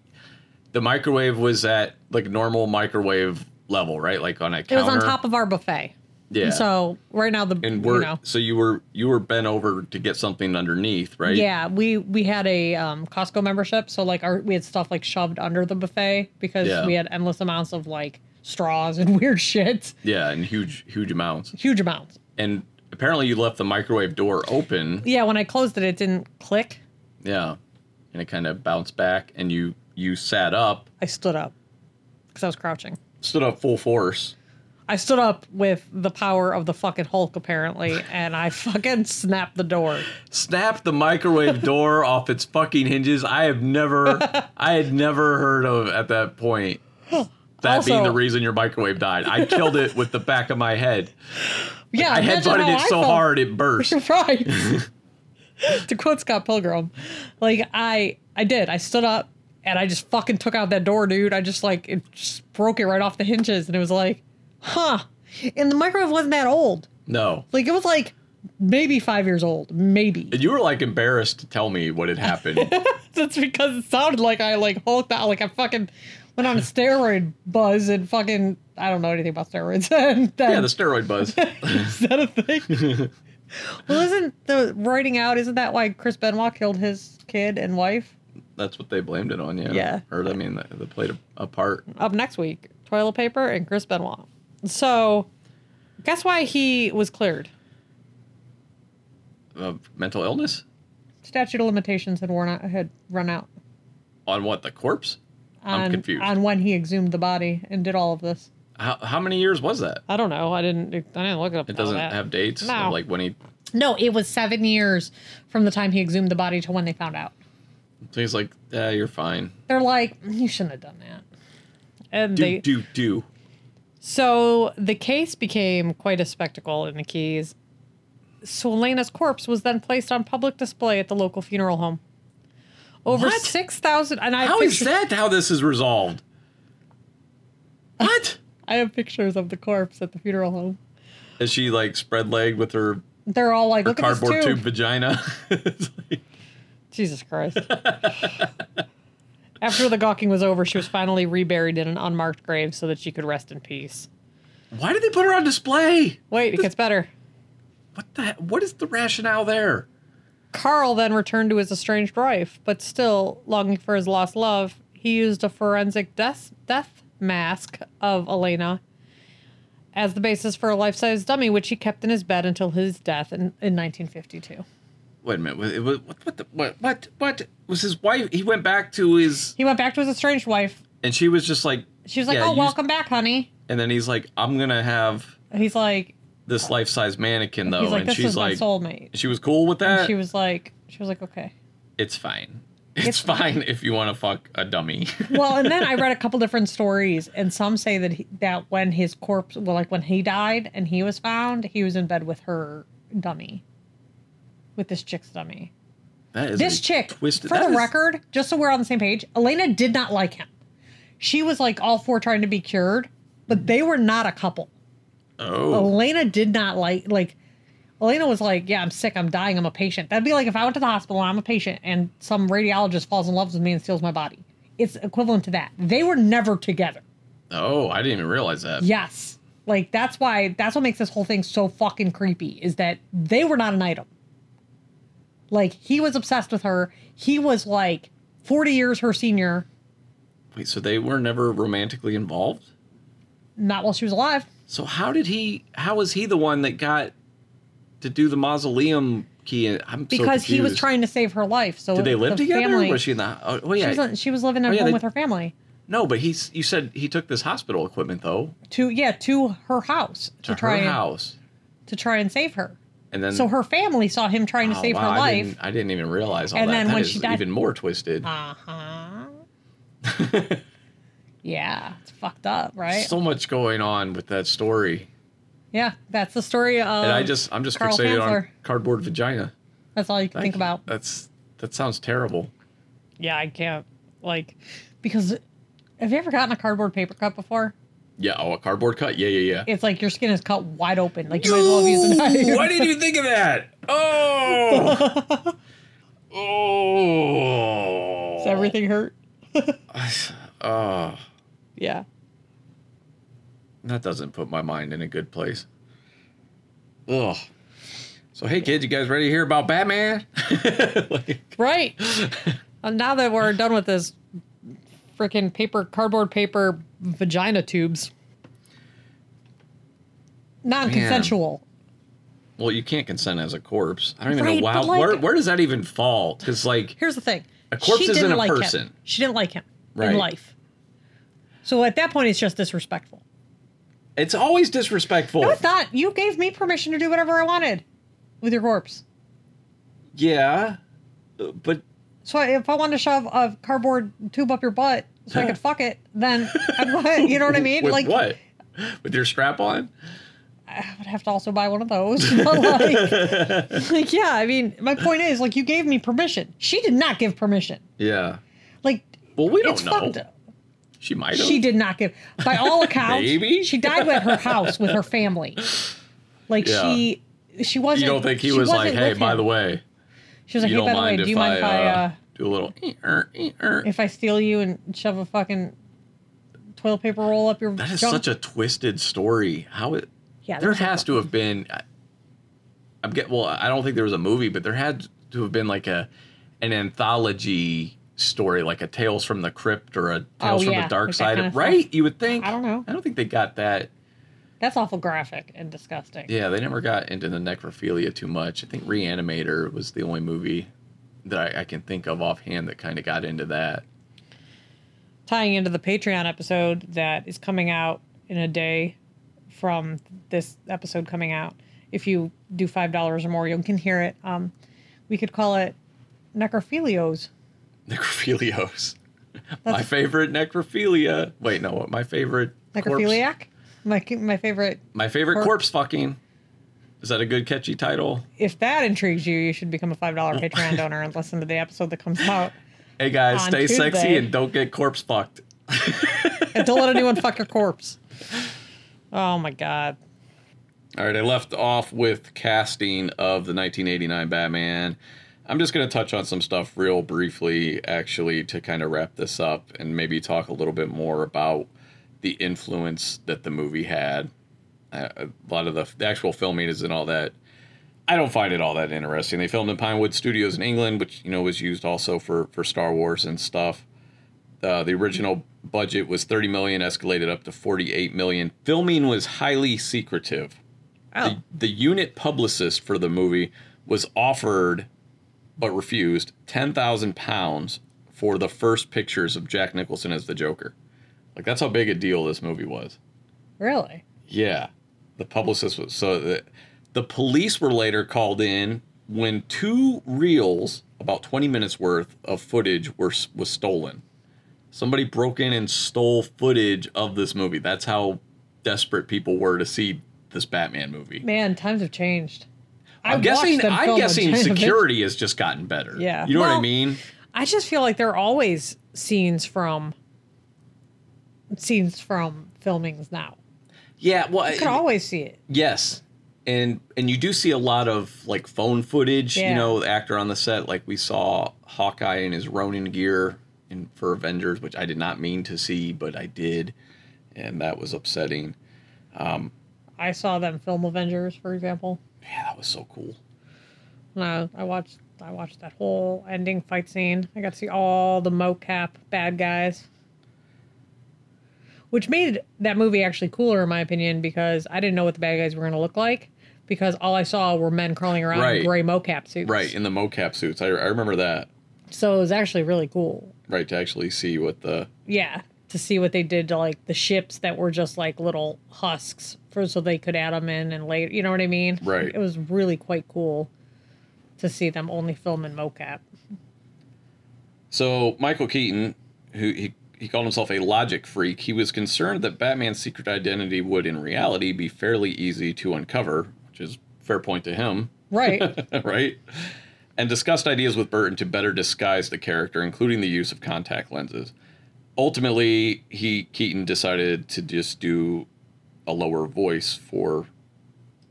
the microwave was at like normal microwave level, right? Like on a it counter. was on top of our buffet. Yeah. So right now, the. and we're you know, so you were you were bent over to get something underneath, right? Yeah, we we had a um, Costco membership, so like our we had stuff like shoved under the buffet because Yeah. we had endless amounts of like straws and weird shit, Yeah, in huge huge amounts. huge amounts. And apparently you left the microwave door open. Yeah, when I closed it, it didn't click. Yeah. And it kind of bounced back and you you sat up, I stood up because I was crouching. stood up full force. I stood up with the power of the fucking Hulk, apparently, and I fucking snapped the door. Snapped the microwave door off its fucking hinges. I have never I had never heard of at that point that being Also- the reason your microwave died. I killed it with the back of my head. Yeah, I imagine headbutted how it I so felt. hard it burst. Right. to quote Scott Pilgrim, like I, I did. I stood up. and I just fucking took out that door, dude. I just like it just broke it right off the hinges, and it was like, huh. And the microwave wasn't that old. No. Like it was like maybe five years old, maybe. And you were like embarrassed to tell me what had happened. That's because it sounded like I like hulked out, like I fucking went on a steroid buzz and fucking I don't know anything about steroids. and then, yeah, the steroid buzz. is that a thing? well, isn't the writing out? Isn't that why Chris Benoit killed his kid and wife? That's what they blamed it on, yeah. Yeah. Or, I mean, they- they played a, a part. Up next week, toilet paper and Chris Benoit. So, guess why he was cleared? of mental illness? Statute of limitations had worn out, had run out. On what, the corpse? On, I'm confused. on when he exhumed the body and did all of this. How, how many years was that? I don't know. I didn't. I didn't look it up. It doesn't have dates. of, No. Like when he, No, it was seven years from the time he exhumed the body to when they found out. so he's like, yeah, you're fine. They're like, "Mm, you shouldn't have done that. And Do, they do, do. So the case became quite a spectacle in the Keys. So Elena's corpse was then placed on public display at the local funeral home. Over What? six thousand, and I have How is pictures- that how this is resolved? What? I have pictures of the corpse at the funeral home. Is she like spread leg with her, They're all like, her "Look at this cardboard tube. tube vagina? It's like- Jesus Christ. After the gawking was over, she was finally reburied in an unmarked grave so that she could rest in peace. Why did they put her on display? Wait, it gets better. What the? What is the rationale there? Carl then returned to his estranged wife, but still longing for his lost love, he used a forensic death, death mask of Elena as the basis for a life size dummy, which he kept in his bed until his death in, in 1952. Wait a minute. What? It was, what? What, the, what? What? What? Was his wife? He went back to his, He went back to his estranged wife. and she was just like, She was like, Yeah, Oh, you- welcome back, honey. and then he's like, I'm gonna have He's like, this life size mannequin though, He's like, Oh, and This she's is my like, soulmate. she was cool with that. And she was like, She was like, Okay. it's fine. It's, fine if you want to fuck a dummy. well, and then I read a couple different stories, and some say that he, that when his corpse, well, like when he died and he was found, he was in bed with her dummy, with this chick's dummy. that is This a chick, twisted. for that the is- record, just so we're on the same page, Elena did not like him. She was like all for trying to be cured, but they were not a couple. Oh, Elena did not like like. Elena was like, "Yeah, I'm sick. I'm dying. I'm a patient." That'd be like if I went to the hospital and I'm a patient, and some radiologist falls in love with me and steals my body. It's equivalent to that. They were never together. oh, I didn't even realize that. Yes. Like that's why that's what makes this whole thing so fucking creepy is that they were not an item. Like he was obsessed with her. He was like 40 years her senior, Wait, so they were never romantically involved? not while she was alive. So how did he? How was he the one that got to do the mausoleum key? I'm so Because he was confused. trying to save her life. So Did they live the together? Family, Or was she in the? Oh, oh she yeah. was, li- she was living at Oh, yeah, home they- with her family. no, but he's. You said he took this hospital equipment though To yeah, to her house to, to try her and, house, to try and save her. and then So her family saw him trying to Oh, save wow, her I life. Didn't, I didn't even realize all And that. then That when is she died- even more twisted. Uh huh. yeah, it's fucked up, right? So much going on with that story, Yeah, that's the story of. and I just I'm just Carl fixated on Kanzler. cardboard vagina. That's all you can Like, think about. That's that sounds terrible. Yeah, I can't. Like, because have you ever gotten a cardboard paper cut before? Yeah. Oh, a cardboard cut. Yeah, yeah, yeah. It's like your skin is cut wide open. Like you might as well have used a knife. Why did you think of that? Oh. oh. Does everything hurt? Oh, Yeah. that doesn't put my mind in a good place. Ugh. So hey kids, you guys ready to hear about Batman? Like, Right. Uh, now that we're done with this freaking paper, cardboard paper vagina tubes, non-consensual. well, you can't consent as a corpse. I don't even Right, know wow, but, like- where where does that even fall? Because like Here's the thing: A corpse she isn't didn't a like Him. person. She didn't like him Right. in life. So at that point, it's just disrespectful. it's always disrespectful. No, it's not. You gave me permission to do whatever I wanted with your corpse. yeah, uh, but So if I wanted to shove a cardboard tube up your butt so I could fuck it, then I'd want it. You know what I mean? with like what? With your strap on? I would have to also buy one of those. But like, like, yeah, I mean, my point is, like, you gave me permission. She did not give permission. Yeah. Like, Well, we don't It's know. fucked up. She might have. She did not give. By all accounts, Maybe? she died at her house with her family. Like Yeah. she, she wasn't. You don't think he she was like, wasn't "Hey, with by him." the way, she was like, you don't "Hey, by the way, mind do if you mind if I, uh, do a little eh, er, "Eh-er, eh-er." if I steal you and shove a fucking toilet paper roll up your That is junk?" such a twisted story. How it? Yeah, there that's a- has to have been. I- I'm get well. I don't think there was a movie, but there had to have been like a an anthology story, like a Tales from the Crypt or a Tales from Oh, yeah, the Dark like that Side, kind of stuff. right? You would think. I don't know. I don't think they got that. That's awful graphic and disgusting. Yeah, they never got into the necrophilia too much. I think Reanimator was the only movie that I, I can think of offhand that kind of got into that. Tying into the Patreon episode that is coming out in a day from this episode coming out. If you do five dollars or more, you can hear it. Um, we could call it necrophilios. Necrophilios. my favorite necrophilia. Wait, no, my favorite Corpse, Necrophiliac? My, my favorite. my favorite Corp- corpse fucking. Is that a good catchy title? If that intrigues you, you should become a $5 Patreon donor and listen to the episode that comes out. Hey guys, On stay sexy Tuesday. and don't get corpse fucked. And don't let anyone fuck your corpse. Oh my God. All right, I left off with casting of the 1989 Batman. I'm just going to touch on some stuff real briefly, actually, to kind of wrap this up and maybe talk a little bit more about the influence that the movie had. Uh, a lot of the, the actual filming is and all that. I don't find it all that interesting. They filmed in Pinewood Studios in England, which you know was used also for for Star Wars and stuff. Uh, the original budget was 30 million, escalated up to 48 million. Filming was highly secretive Oh. the, the unit publicist for the movie was offered but refused 10,000 pounds for the first pictures of Jack Nicholson as the Joker. Like that's how big a deal this movie was. Really? Yeah. The publicist was so the, the police were later called in when two reels about 20 minutes worth of footage were s- was stolen. Somebody broke in and stole footage of this movie. That's how desperate people were to see this Batman movie. Man, times have changed. I I'm watched guessing. them I'm film a guessing ton of it. security has just gotten better. Yeah. you know what I Well- mean. I just feel like there are always scenes from scenes from filmings now. Yeah. Well, You could and- always see it. yes, and and you do see a lot of like phone footage. You Yeah. know, the actor on the set, like we saw Hawkeye in his Ronin gear in for Avengers, which I did not mean to see, but I did, and that was upsetting. I saw them film Avengers, for example. Yeah, that was so cool. And I, I watched I watched that whole ending fight scene. I got to see all the mocap bad guys. Which made that movie actually cooler in my opinion because I didn't know what the bad guys were gonna look like because all I saw were men crawling around Right. in gray mocap suits. Right in the mocap suits. I, I remember that. So it was actually really cool. Right to actually see what the Yeah. To see what they did to like the ships that were just like little husks for so they could add them in and later, you know what I mean? Right. It was really quite cool to see them only film in mocap. So Michael Keaton, who he, he called himself a logic freak, he was concerned that Batman's secret identity would, in reality, be fairly easy to uncover, which is fair point to him, Right. right? And discussed ideas with Burton to better disguise the character, including the use of contact lenses. Ultimately, he Keaton decided to just do a lower voice for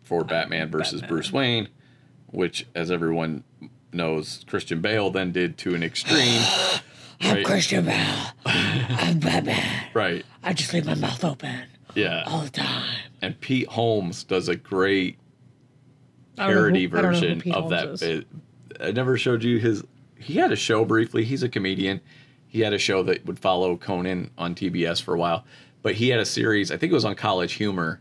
for Batman versus Batman. Bruce Wayne, which, as everyone knows, Christian Bale then did to an extreme. right? Christian Bale. I'm Batman. Right. I just leave my mouth open Yeah. the time. And Pete Holmes does a great parody version of that bit. I never showed you his. He had a show briefly. He's a comedian. He had a show that would follow Conan on TBS for a while, but he had a series. I think it was on College Humor,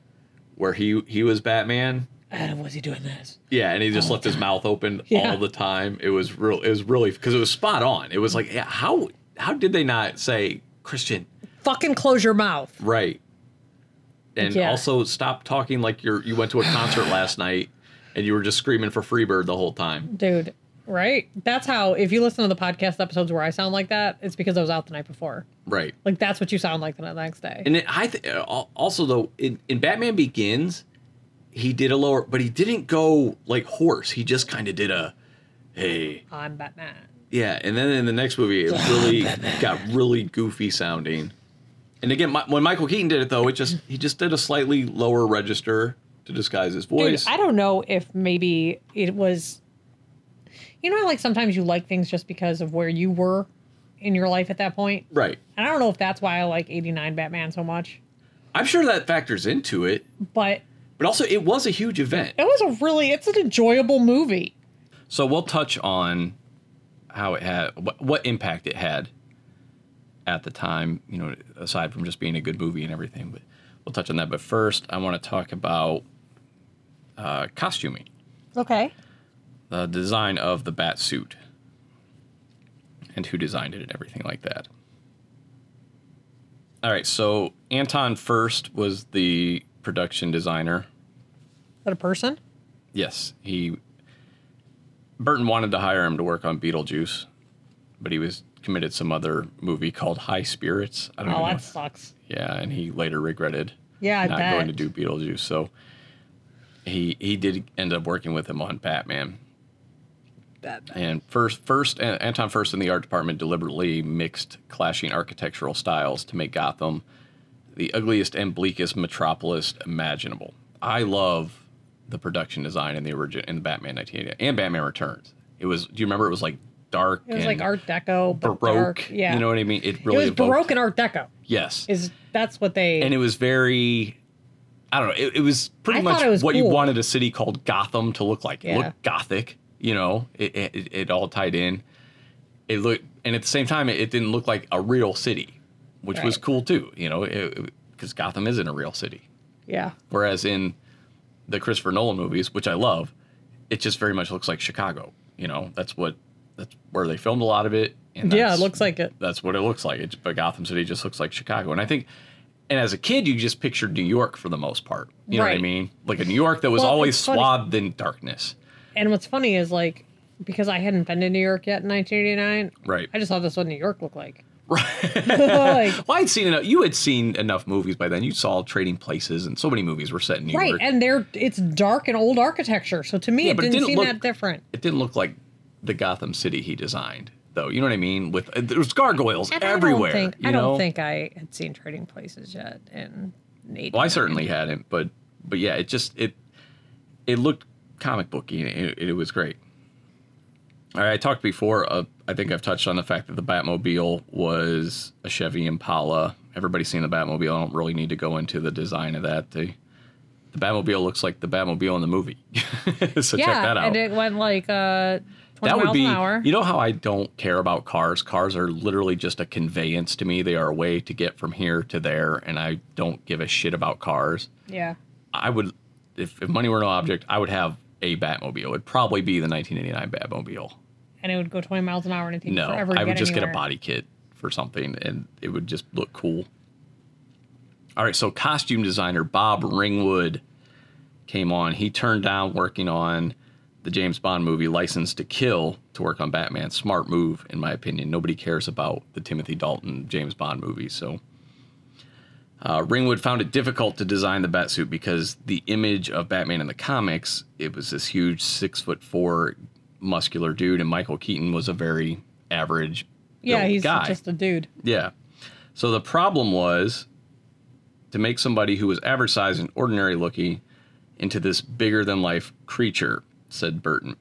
where he he was Batman. Adam, was he doing this? Yeah, and he just left his mouth open Yeah. all the time. It was real. It was really because it was spot on. It was like yeah, how how did they not say Christian Fucking close your mouth. Right. And Yeah. also stop talking like you're you went to a concert last night and you were just screaming for Freebird the whole time. Dude, right? That's how, if you listen to the podcast episodes where I sound like that, it's because I was out the night before. Right. Like, that's what you sound like the next day. And it, I th- al- also though in, in Batman Begins, he did a lower, but he didn't go like horse. He just kind of did a hey, I'm Batman. Yeah, and then in the next movie, it really got really goofy sounding. And again, my, when Michael Keaton did it though, it just he just did a slightly lower register to disguise his Dude, voice. I don't know if maybe it was. You know, how, like sometimes you like things just because of where you were in your life at that point. right. And I don't know if that's why I like '89 Batman so much, I'm sure that factors into it, but but also it was a huge event. it was a really it's an enjoyable movie. So we'll touch on how it had what, what impact it had at the time, you know, aside from just being a good movie and everything, but we'll touch on that. But first, I want to talk about uh, costuming, Okay. the design of the bat suit, and who designed it and everything like that. All right, so Anton First was the production designer Is that a person? Yes, he. Burton wanted to hire him to work on Beetlejuice, but he was committed some other movie called High Spirits. I don't Oh, even know. that if- sucks. Yeah, and he later regretted Yeah, I not bet. going to do Beetlejuice. So he he did end up working with him on Batman. Batman. And first, first An- Anton First in the art department deliberately mixed clashing architectural styles to make Gotham the ugliest and bleakest metropolis imaginable. I love the production design in the origin in the Batman 1980 and Batman Returns. It was. Do you remember? It was like dark. It and was like Art Deco, baroque. but dark. Yeah. You know what I mean? It really it was evoked- baroque and Art Deco. Yes. Is that's what they? and it was very. I don't know. It, it was pretty I thought much it was what you cool. wanted a city called Gotham to look like. It Yeah. looked gothic. You know, it, it it all tied in. It looked, and at the same time, it, it didn't look like a real city, which was Right. cool too. You know, because Gotham isn't a real city. yeah. Whereas in the Christopher Nolan movies, which I love, it just very much looks like Chicago. You know, that's what that's where they filmed a lot of it. And Yeah, that's- it looks like it. That's what it looks like. It, but Gotham City just looks like Chicago. And I think, and as a kid, you just pictured New York for the most part. You know what I Right. mean? Like a New York that was Well, always it's funny. swathed in darkness. And what's funny is like because I hadn't been to New York yet in 1989, Right. I just saw this what New York looked like. Right. like well, I'd seen enough. You had seen enough movies by then. You saw Trading Places, and so many movies were set in New right, York. and they're it's dark and old architecture. So to me, Yeah, it but it didn't, didn't seem look- that different. it didn't look like the Gotham City he designed, though. You know what I mean? With uh, there was gargoyles And everywhere. I don't think you I know? don't think I had seen Trading Places yet in Well, I certainly hadn't, but but yeah, it just it it looked comic booky and it, it was great. All right, I talked before. Uh, I think I've touched on the fact that the Batmobile was a Chevy Impala. Everybody's seen the Batmobile. I don't really need to go into the design of that. The, the Batmobile looks like the Batmobile in the movie. so check that out. and it went like uh, 20 that miles would be an hour. you know how i don't care about cars cars are literally just a conveyance to me they are a way to get from here to there and i don't give a shit about cars yeah, i would if, if money were no object i would have a batmobile it'd probably be the 1989 batmobile and it would go 20 miles an hour, and it takes no forever to i would get just anywhere. get a body kit for something and it would just look cool all right so costume designer bob ringwood came on he turned down working on the James Bond movie License to Kill to work on Batman. Smart move, in my opinion. Nobody cares about the Timothy Dalton James Bond movies. So uh, Ringwood found it difficult to design the Batsuit because the image of Batman in the comics, it was this huge six foot four muscular dude, and Michael Keaton was a very average Yeah, built he's guy. just a dude. Yeah. So the problem was to make somebody who was average size and ordinary looking into this bigger than life creature, said Burton.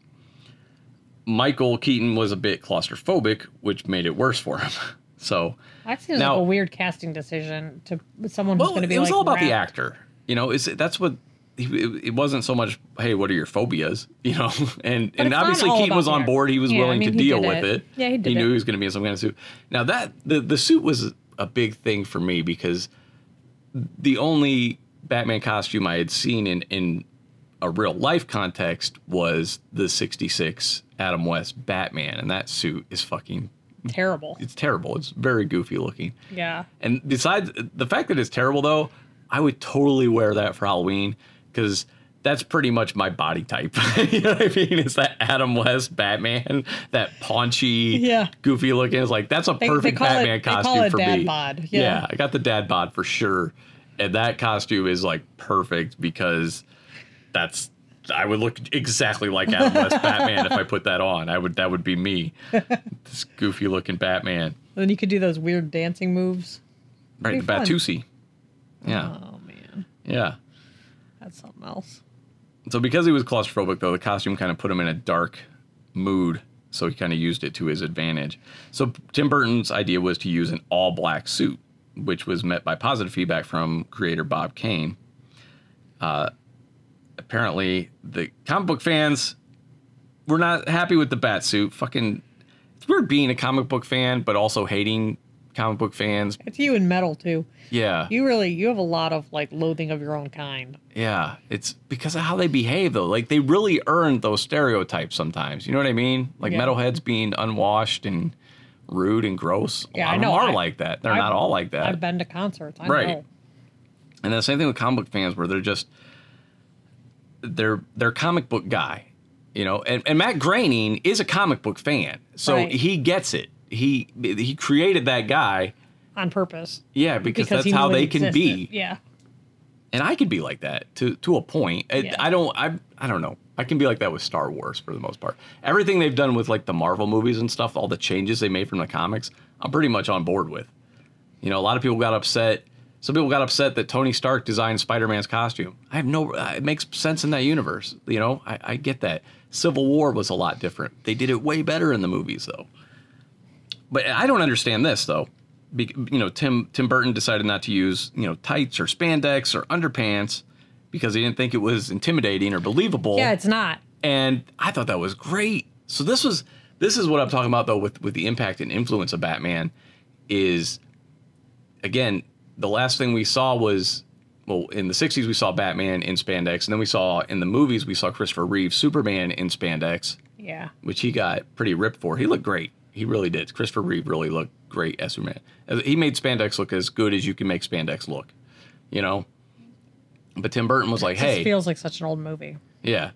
Michael Keaton was a bit claustrophobic, which made it worse for him. So That seems Now- like a weird casting decision to someone who's well, going to be it was like all about the wrapped- actor. You know, it's, that's what it, it wasn't so much. Hey, what are your phobias? You know, and it's and not obviously all Keaton about was the on act- board. He was Yeah, I willing mean, to he deal did with it. it. Yeah, he He did knew it. he was going to be in some kind of suit. Now that the the suit was a big thing for me because the only Batman costume I had seen in in a real life context was the '66 Adam West Batman, and that suit is fucking. Terrible. It's terrible. It's very goofy looking. Yeah. And besides the fact that it's terrible, though, I would totally wear that for Halloween because that's pretty much my body type. you know what I mean? It's that Adam West Batman, that paunchy, Yeah. goofy looking. It's like that's a they perfect call it- Batman they call costume it for dad me. bod, yeah. I got the dad bod for sure, and that costume is like perfect because that's I would look exactly like Adam West Batman if I put that on. I would that would be me, this goofy looking Batman. Then you could do those weird dancing moves. Right, the Pretty fun. Batusi. Yeah, Oh man, yeah. that's something else. So because he was claustrophobic, though, the costume kind of put him in a dark mood. So he kind of used it to his advantage. So Tim Burton's idea was to use an all black suit, which was met by positive feedback from creator Bob Kane. Uh, apparently, the comic book fans were not happy with the bat suit. Fucking, it's weird being a comic book fan, but also hating comic book fans. It's you in metal too. Yeah. You really you have a lot of like loathing of your own kind. Yeah, it's because of how they behave though. Like they really earned those stereotypes sometimes. You know what I mean? Like Yeah. metalheads being unwashed and rude and gross. A Yeah, lot I of know. them are I- like that. They're I've- not all like that. I've been to concerts. I Right. Know. and the same thing with comic book fans where they're just they're they're comic book guy. You know, and, and Matt Groening is a comic book fan. So Right. he gets it. He he created that guy. On purpose. Yeah, because, he that's how knew it they can be. existed. Yeah. and I could be like that to to a point. I, Yeah. I don't. I I don't know. I can be like that with Star Wars for the most part. Everything they've done with like the Marvel movies and stuff, all the changes they made from the comics, I'm pretty much on board with. You know, a lot of people got upset. Some people got upset that Tony Stark designed Spider-Man's costume. I have no. uh, It makes sense in that universe. You know, I, I get that. Civil War was a lot different. They did it way better in the movies though. But I don't understand this though. Be, you know, Tim Tim Burton decided not to use you know tights or spandex or underpants because he didn't think it was intimidating or believable. Yeah, it's not. and I thought that was great. So this was this is what I'm talking about though with with the impact and influence of Batman is again the last thing we saw was well in the 60s we saw Batman in spandex and then we saw in the movies we saw Christopher Reeve Superman in spandex Yeah. which he got pretty ripped for. He looked great. He really did. Christopher Reeve really looked great as Superman. As- He made spandex look as good as you can make spandex look, you know. But Tim Burton was like, It just "Hey, feels like such an old movie. yeah."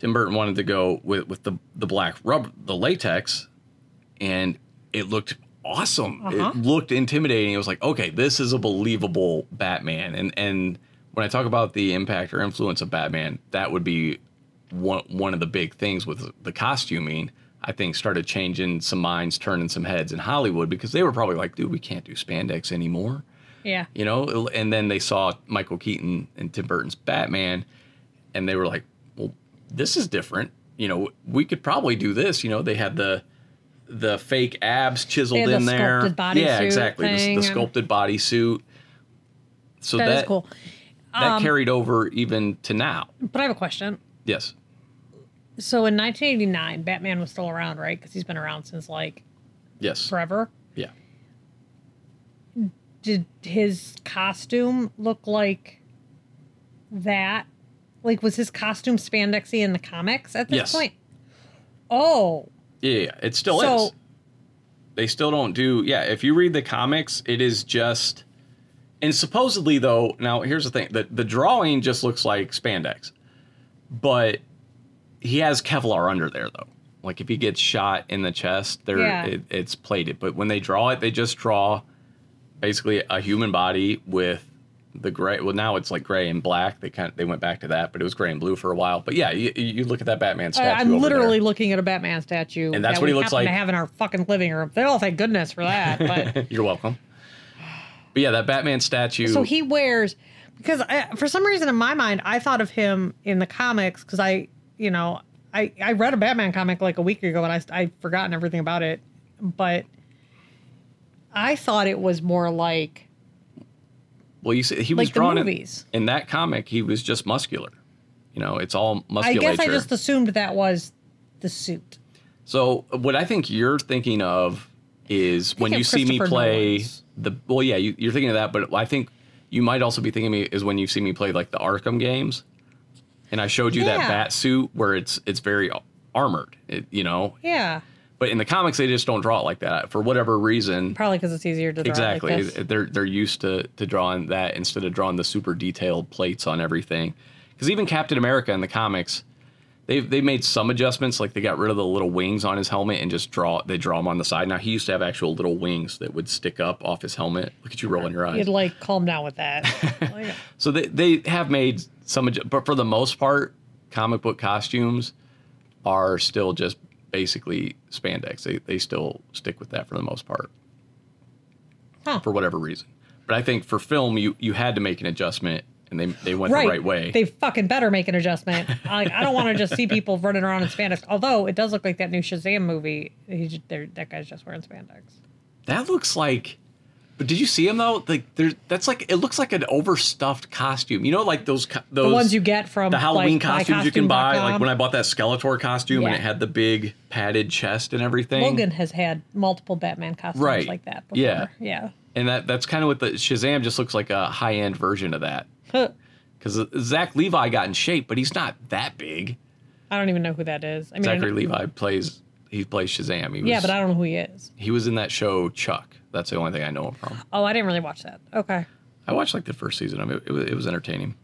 Tim Burton wanted to go with with the the black rubber, the latex, and it looked awesome. Uh-huh. It looked intimidating. It was like, "Okay, this is a believable Batman." And and when I talk about the impact or influence of Batman, that would be one one of the big things with the costuming, I think started changing some minds, turning some heads in Hollywood because they were probably like, dude, we can't do spandex anymore, Yeah. you know. And then they saw Michael Keaton and Tim Burton's Batman, and they were like, well, this is different. You know, we could probably do this. You know, they had the the fake abs chiseled They had in the there, sculpted bodysuit yeah, exactly, the- thing the, and- sculpted bodysuit. So that that is cool. Um, that carried over even to now. But I have a question. Yes. So in 1989, Batman was still around, right? Because he's been around since like Yes. forever. Yeah. Did his costume look like that? Like, was his costume spandexy in the comics at this Yes. point? Oh, Yeah, yeah, it still So- is. They still don't do. Yeah, if you read the comics, it is just. And supposedly, though, now here's the thing: the the drawing just looks like spandex, but he has Kevlar under there though. Like if he gets shot in the chest, there Yeah. it, it's plated. But when they draw it, they just draw basically a human body with the gray. Well, now it's like gray and black. They kind of, they went back to that, but it was gray and blue for a while. But yeah, you, you look at that Batman I, statue. I'm over there. literally looking at a Batman statue, And that's that what we he looks happen to like. have in our fucking living room. They all thank goodness for that. But You're welcome. But yeah, that Batman statue. so he wears because I, for some reason in my mind, I thought of him in the comics because I, you know, I I read a Batman comic like a week ago and I I've forgotten everything about it, but I thought it was more like well, you see, he was like the drawn movies. In, in that comic. He was just muscular. You know, it's all I musculature. guess I just assumed that was the suit. so what I think you're thinking of is when of you see me Christopher play Nolan's. the. Well, yeah, you, you're thinking of that, but I think you might also be thinking of me is when you see me play like the Arkham games, and I showed you Yeah. that bat suit where it's it's very armored. It, you know, Yeah, but in the comics they just don't draw it like that for whatever reason. probably because it's easier to draw Exactly. It like this. they're they're used to to drawing that instead of drawing the super detailed plates on everything. Because even Captain America in the comics, they've they made some adjustments. Like they got rid of the little wings on his helmet and just draw they draw them on the side. Now he used to have actual little wings that would stick up off his helmet. Look at you rolling your eyes. You'd like calm down with that. Like, So they they have made some, adju- but for the most part, comic book costumes are still just basically spandex. They they still stick with that for the most part. Huh. For whatever reason. But I think for film you you had to make an adjustment and they they went the right way. They fucking better make an adjustment. I, I don't want to just see people running around in spandex. Although it does look like that new Shazam movie. He, j- they're- that guy's just wearing spandex. that looks like but did you see him though? Like there's that's like it looks like an overstuffed costume. You know like those co- those The ones you get from the Halloween like, costumes you can buy. buycostume.com. Like when I bought that Skeletor costume and Yeah. it had the big padded chest and everything. Logan has had multiple Batman costumes Right. like that before. Yeah. Yeah. And that that's kind of what the Shazam just looks like a high end version of that. Huh. Because Zach Levi got in shape, but he's not that big. I don't even know who that is. I mean, Zachary Levi plays he plays Shazam. He was, yeah, but I don't know who he is. he was in that show Chuck. That's the only thing I know him from. Oh, I didn't really watch that. Okay. I watched like the first season of it. It was, it was entertaining.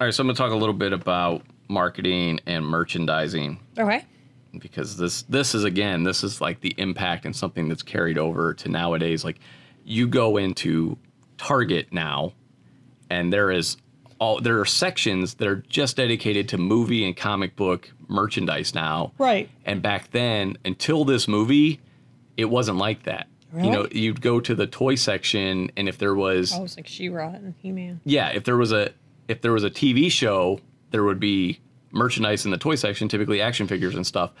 All right, so I'm gonna talk a little bit about marketing and merchandising. Okay. because this this is again this is like the impact and something that's carried over to nowadays like you go into target now and there is all there are sections that are just dedicated to movie and comic book merchandise now Right. and back then until this movie it wasn't like that you know Really? you'd go to the toy section and if there was I was like She-Ra and He-Man. yeah, if there was a if there was a TV show, there would be merchandise in the toy section, typically action figures and stuff,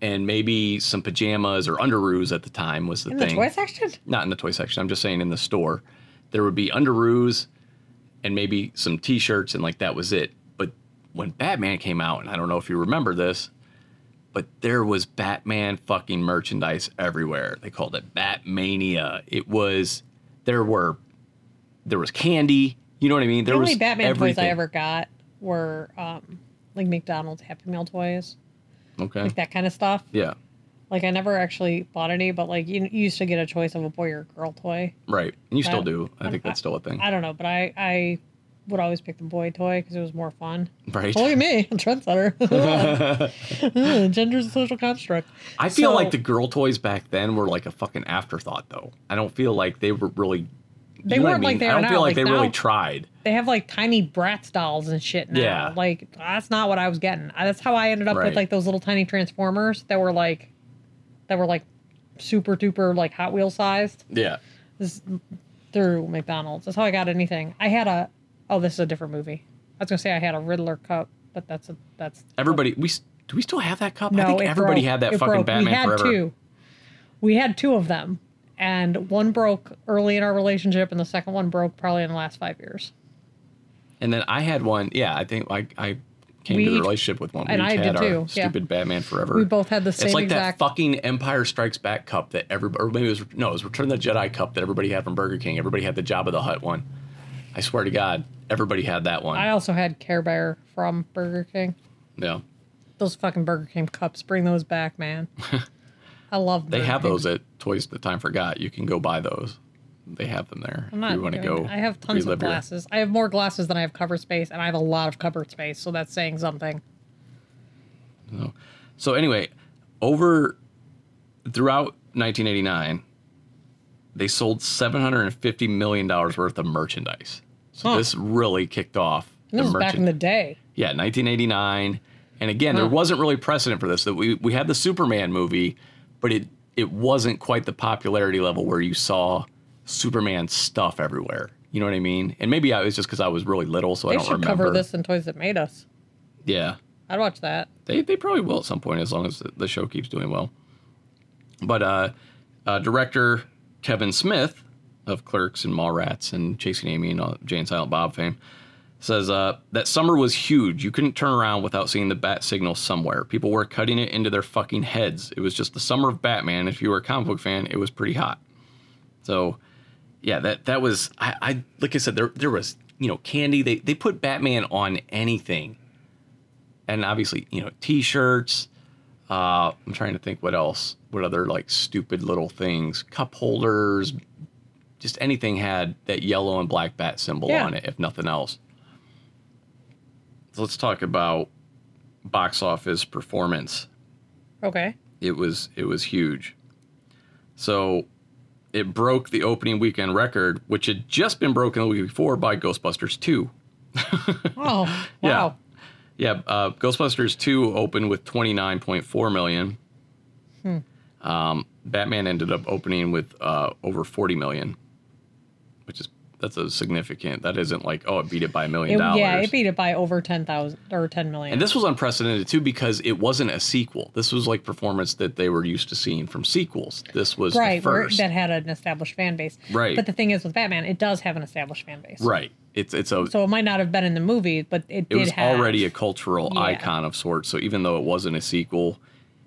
and maybe some pajamas or underoos at the time was the In the thing. toy section? Not in the toy section. I'm just saying in the store, there would be underoos and maybe some T-shirts and like that was it. But when Batman came out, and I don't know if you remember this. But there was Batman fucking merchandise everywhere. They called it Batmania. It was, there were there was candy. You know what I mean? There the was only Batman toys I everything. ever got were um, like McDonald's Happy Meal toys, Okay. like that kind of stuff. Yeah. Like I never actually bought any, but like you, you used to get a choice of a boy or girl toy. Right. And you still That- do. I think that's still a thing. I don't know, but I I would always pick the boy toy because it was more fun. Right. Well, look at me, I'm a trendsetter. Gender's a social construct. I feel So- like the girl toys back then were like a fucking afterthought, though. I don't feel like they were really. They you know what I weren't like mean? they I are don't now. feel like, Like, they really now- tried. They have like tiny Bratz dolls and shit now. Yeah. Like that's not what I was getting. I- That's how I ended up Right. with like those little tiny Transformers that were like, that were like, super duper like Hot Wheel sized. Yeah. This through McDonald's. That's how I got anything. I had a oh, this is a different movie. I was gonna say I had a Riddler cup, but that's a that's Everybody. We s- do we still have that cup? no. I think it everybody broke. had that It fucking broke. Batman we had forever. Two. We had two of them, and one broke early in our relationship, and the second one broke probably in the last five years. And then I had one. Yeah, I think I I came to We- the relationship with one. and we each I had did our too, yeah. Stupid Batman forever. We both had the same It's like exact. that fucking Empire Strikes Back cup that everybody, or maybe it was no, it was Return of the Jedi cup that everybody had from Burger King. Everybody had the Jabba the Hutt one. I swear to God, everybody had that one. I also had Care Bear from Burger King. yeah, Those fucking Burger King cups, bring those back, man. I love. they Burger have King. those at Toys That Time Forgot. You can go buy those. They have them there. I'm if not you want to doing go? it. I have tons of relive your- glasses. I have more glasses than I have cover space, and I have a lot of cupboard space, so that's saying something. No. So anyway, over throughout 1989, they sold 750 million dollars worth of merchandise. So Huh. this really kicked off. This was back merchan- in the day. Yeah, 1989. And again, there Huh. wasn't really precedent for this. That we we had the Superman movie, but it it wasn't quite the popularity level where you saw Superman stuff everywhere. You know what I mean? And maybe I it was just because I was really little, so I They don't should remember. cover this in Toys That Made Us. Yeah, I'd watch that. they they probably will at some point as long as the- the show keeps doing well. But uh, uh, director Kevin Smith of Clerks and Mallrats and Chasing Amy and all, Jay and Silent Bob fame says uh, that summer was huge. You couldn't turn around without seeing the bat signal somewhere. People were cutting it into their fucking heads. It was just the summer of Batman. If you were a comic book fan, it was pretty hot. So, yeah, that that was I, I like I said there there was you know candy. They they put Batman on anything, and obviously you know T-shirts. Uh, I'm trying to think what else, what other like stupid little things, cup holders, just anything had that yellow and black bat symbol Yeah. on it, if nothing else. So let's talk about box office performance Okay. it was it was huge. So it broke the opening weekend record, which had just been broken the week before by Ghostbusters 2. Oh, wow. Yeah. Yeah, uh, Ghostbusters 2 opened with 29.4 million. Hmm. Um, Batman ended up opening with uh, over 40 million, which is that's a significant. That isn't like oh, it beat it by a million It- dollars. yeah, it beat it by over ten thousand or ten million. And this was unprecedented too because it wasn't a sequel. This was like performance that they were used to seeing from sequels. This was right, the where- first. that had an established fan base. Right. But the thing is, with Batman, it does have an established fan base. right. It's it's a So it might not have been in the movie, but it, it did was have. already a cultural Yeah. icon of sorts. So even though it wasn't a sequel,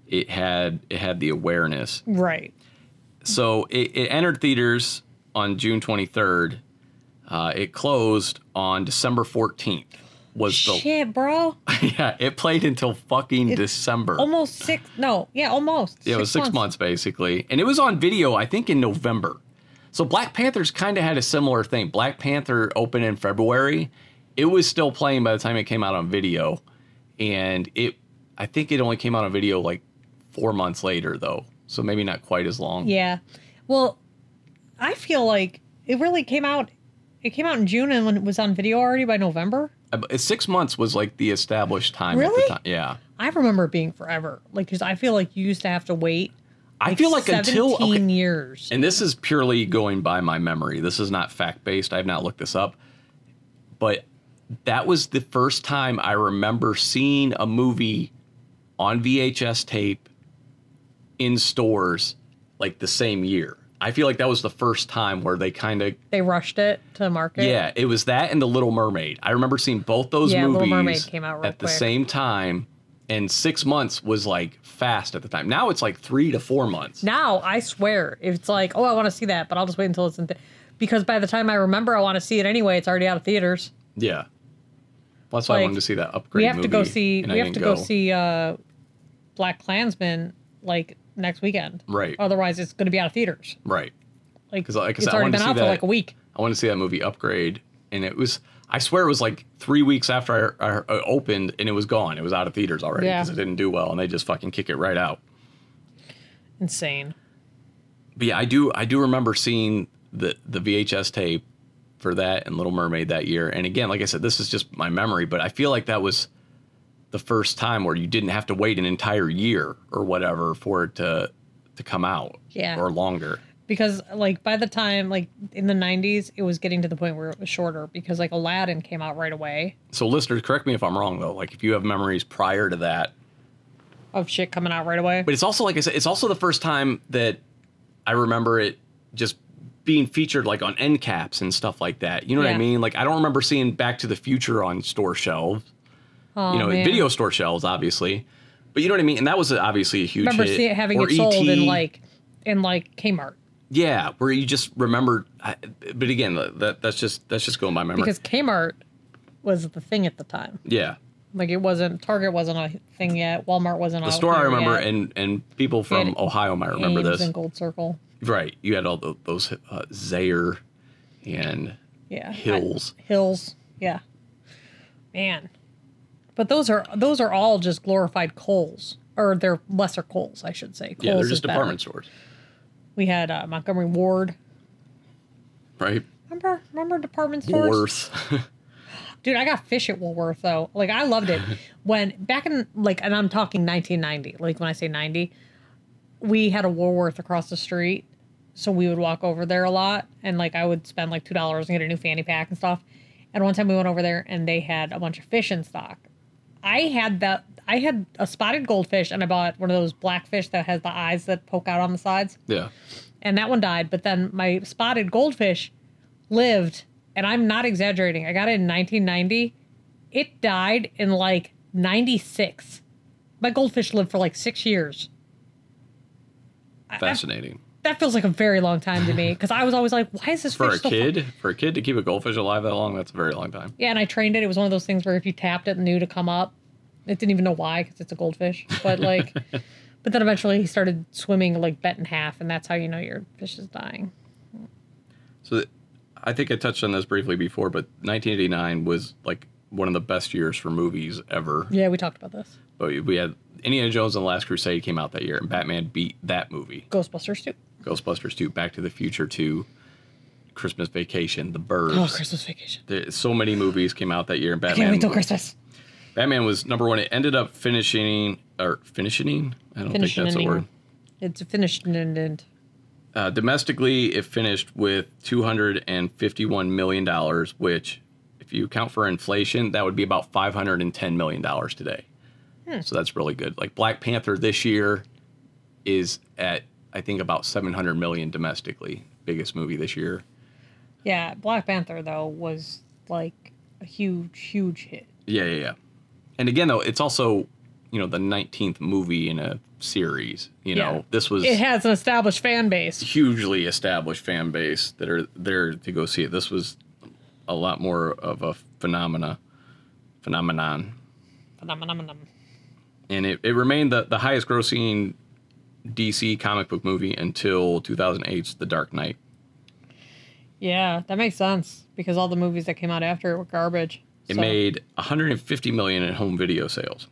it had it had the awareness. right. So it, it entered theaters on June 23rd. Uh, it closed on December 14th. Was the Shit, bro. yeah? It played until fucking December. Almost six. No, yeah, almost. Yeah, it was six months. basically, and it was on video. I think in November. So Black Panther's kind of had a similar thing. Black Panther opened in February. It was still playing by the time it came out on video, and it. I think it only came out on video like four months later, though. So maybe not quite as long. Yeah. Well, I feel like it really came out. It came out in June and when it was on video already by November. Ab- Six months was like the established time. At Really? the time. Yeah. I remember it being forever. Like, because I feel like you used to have to wait. I feel like 17 until okay, years. and this is purely going by my memory. This is not fact based. I've not looked this up, but that was the first time I remember seeing a movie on VHS tape in stores like the same year. I feel like that was the first time where they kind of They rushed it to market. yeah, it was that and The Little Mermaid. I remember seeing both those Yeah, Little movies Mermaid came out real at the quick. same time, and six months was like fast at the time. Now it's like three to four months. Now I swear, if it's like, oh, I want to see that, but I'll just wait until it's in. Th- because by the time I remember, I want to see it anyway. It's already out of theaters. Yeah. Well, that's why I Like, wanted to see that upgrade. we have to go movie, see. and We I have to didn't go, see uh, Black Klansman like next weekend. Right. Otherwise, it's going to be out of theaters. Right. Like, 'Cause, like I it's said, I already wanted to been see out for that- like a week. I want to see that movie upgrade, and it was. I swear it was like three weeks after I, I I opened, and it was gone. It was out of theaters already Yeah. because it didn't do well, and they just fucking kick it right out. Insane. But yeah, I do. I do remember seeing the the VHS tape for that and Little Mermaid that year. And again, like I said, this is just my memory, but I feel like that was the first time where you didn't have to wait an entire year or whatever for it to to come out. Yeah. Or longer. because like by the time like in the 90s it was getting to the point where it was shorter because like aladdin came out right away So listeners, correct me if I'm wrong though. Like if you have memories prior to that, of shit coming out right away but it's also like I said, it's also the first time that I remember it just being featured like on end caps and stuff like that. You know what I Yeah. mean? Like I don't remember seeing Back to the Future on store shelves. oh, you know, man. video store shelves, obviously. But you know what I mean? And that was obviously a huge remember hit. see it having Or E it sold ET. in like in like kmart yeah, where you just remember. I- But again, that that's just that's just going by memory. because kmart was the thing at the time yeah, like it wasn't target wasn't a thing yet walmart wasn't the store I remember, and and people from had Ohio might remember this. and gold circle Right, you had all tho- those uh, Zaire and yeah Hills. I- hills yeah man but those are those are all just glorified coals or they're lesser coals i should say yeah, Kohl's they're is just better. department stores, We had uh, Montgomery Ward. right? Remember, remember department stores? Worth. Dude, I got fish at Woolworth though. Like I loved it when back in like, and I'm talking 1990. Like when I say 90, we had a Woolworth across the street, so we would walk over there a lot, and like I would spend like two dollars and get a new fanny pack and stuff. And one time we went over there and they had a bunch of fish in stock. I had that. I had a spotted goldfish, and I bought one of those black fish that has the eyes that poke out on the sides. yeah, and that one died. But then my spotted goldfish lived, and I'm not exaggerating. I got it in 1990. It died in like 96. My goldfish lived for like six years. I- I- fascinating that feels like a very long time to me because I was always like, why is this for fish a still fu- kid. For a kid to keep a goldfish alive that long, that's a very long time. Yeah, and I trained it. It was one of those things where if you tapped it and knew to come up, it didn't even know why because it's a goldfish. But like, but then eventually he started swimming like bent in half, and that's how you know your fish is dying. So th- I think I touched on this briefly before, but 1989 was like one of the best years for movies ever. Yeah, we talked about this. But we had Indiana Jones and the Last Crusade came out that year, and Batman beat that movie. Ghostbusters too. Ghostbusters 2, Back to the Future 2, Christmas Vacation, The Oh, Birds. Christmas vacation. There- so many movies came out that year, and Can't Batman. wait till Christmas. Batman was number one. It ended up finishing or finishing. I don't think that's a Finishing. word. It's finished and end. Uh, domestically, it finished with two hundred and fifty-one million dollars, which, if you account for inflation, that would be about five hundred and ten million dollars today. Hmm. So that's really good. Like Black Panther this year is at I think about seven hundred million domestically, biggest movie this year. Yeah, Black Panther though was like a huge, huge hit. Yeah, yeah, yeah. And again, though, it's also you know the nineteenth movie in a series. You know, Yeah. this was It has an established fan base. hugely established fan base that are there to go see it. This was a lot more of a phenomena, phenomenon, Phenomenon. and it, it remained the, the highest grossing DC comic book movie until 2008's The Dark Knight. Yeah, that makes sense because all the movies that came out after it were garbage. It So- made 150 million in home video sales,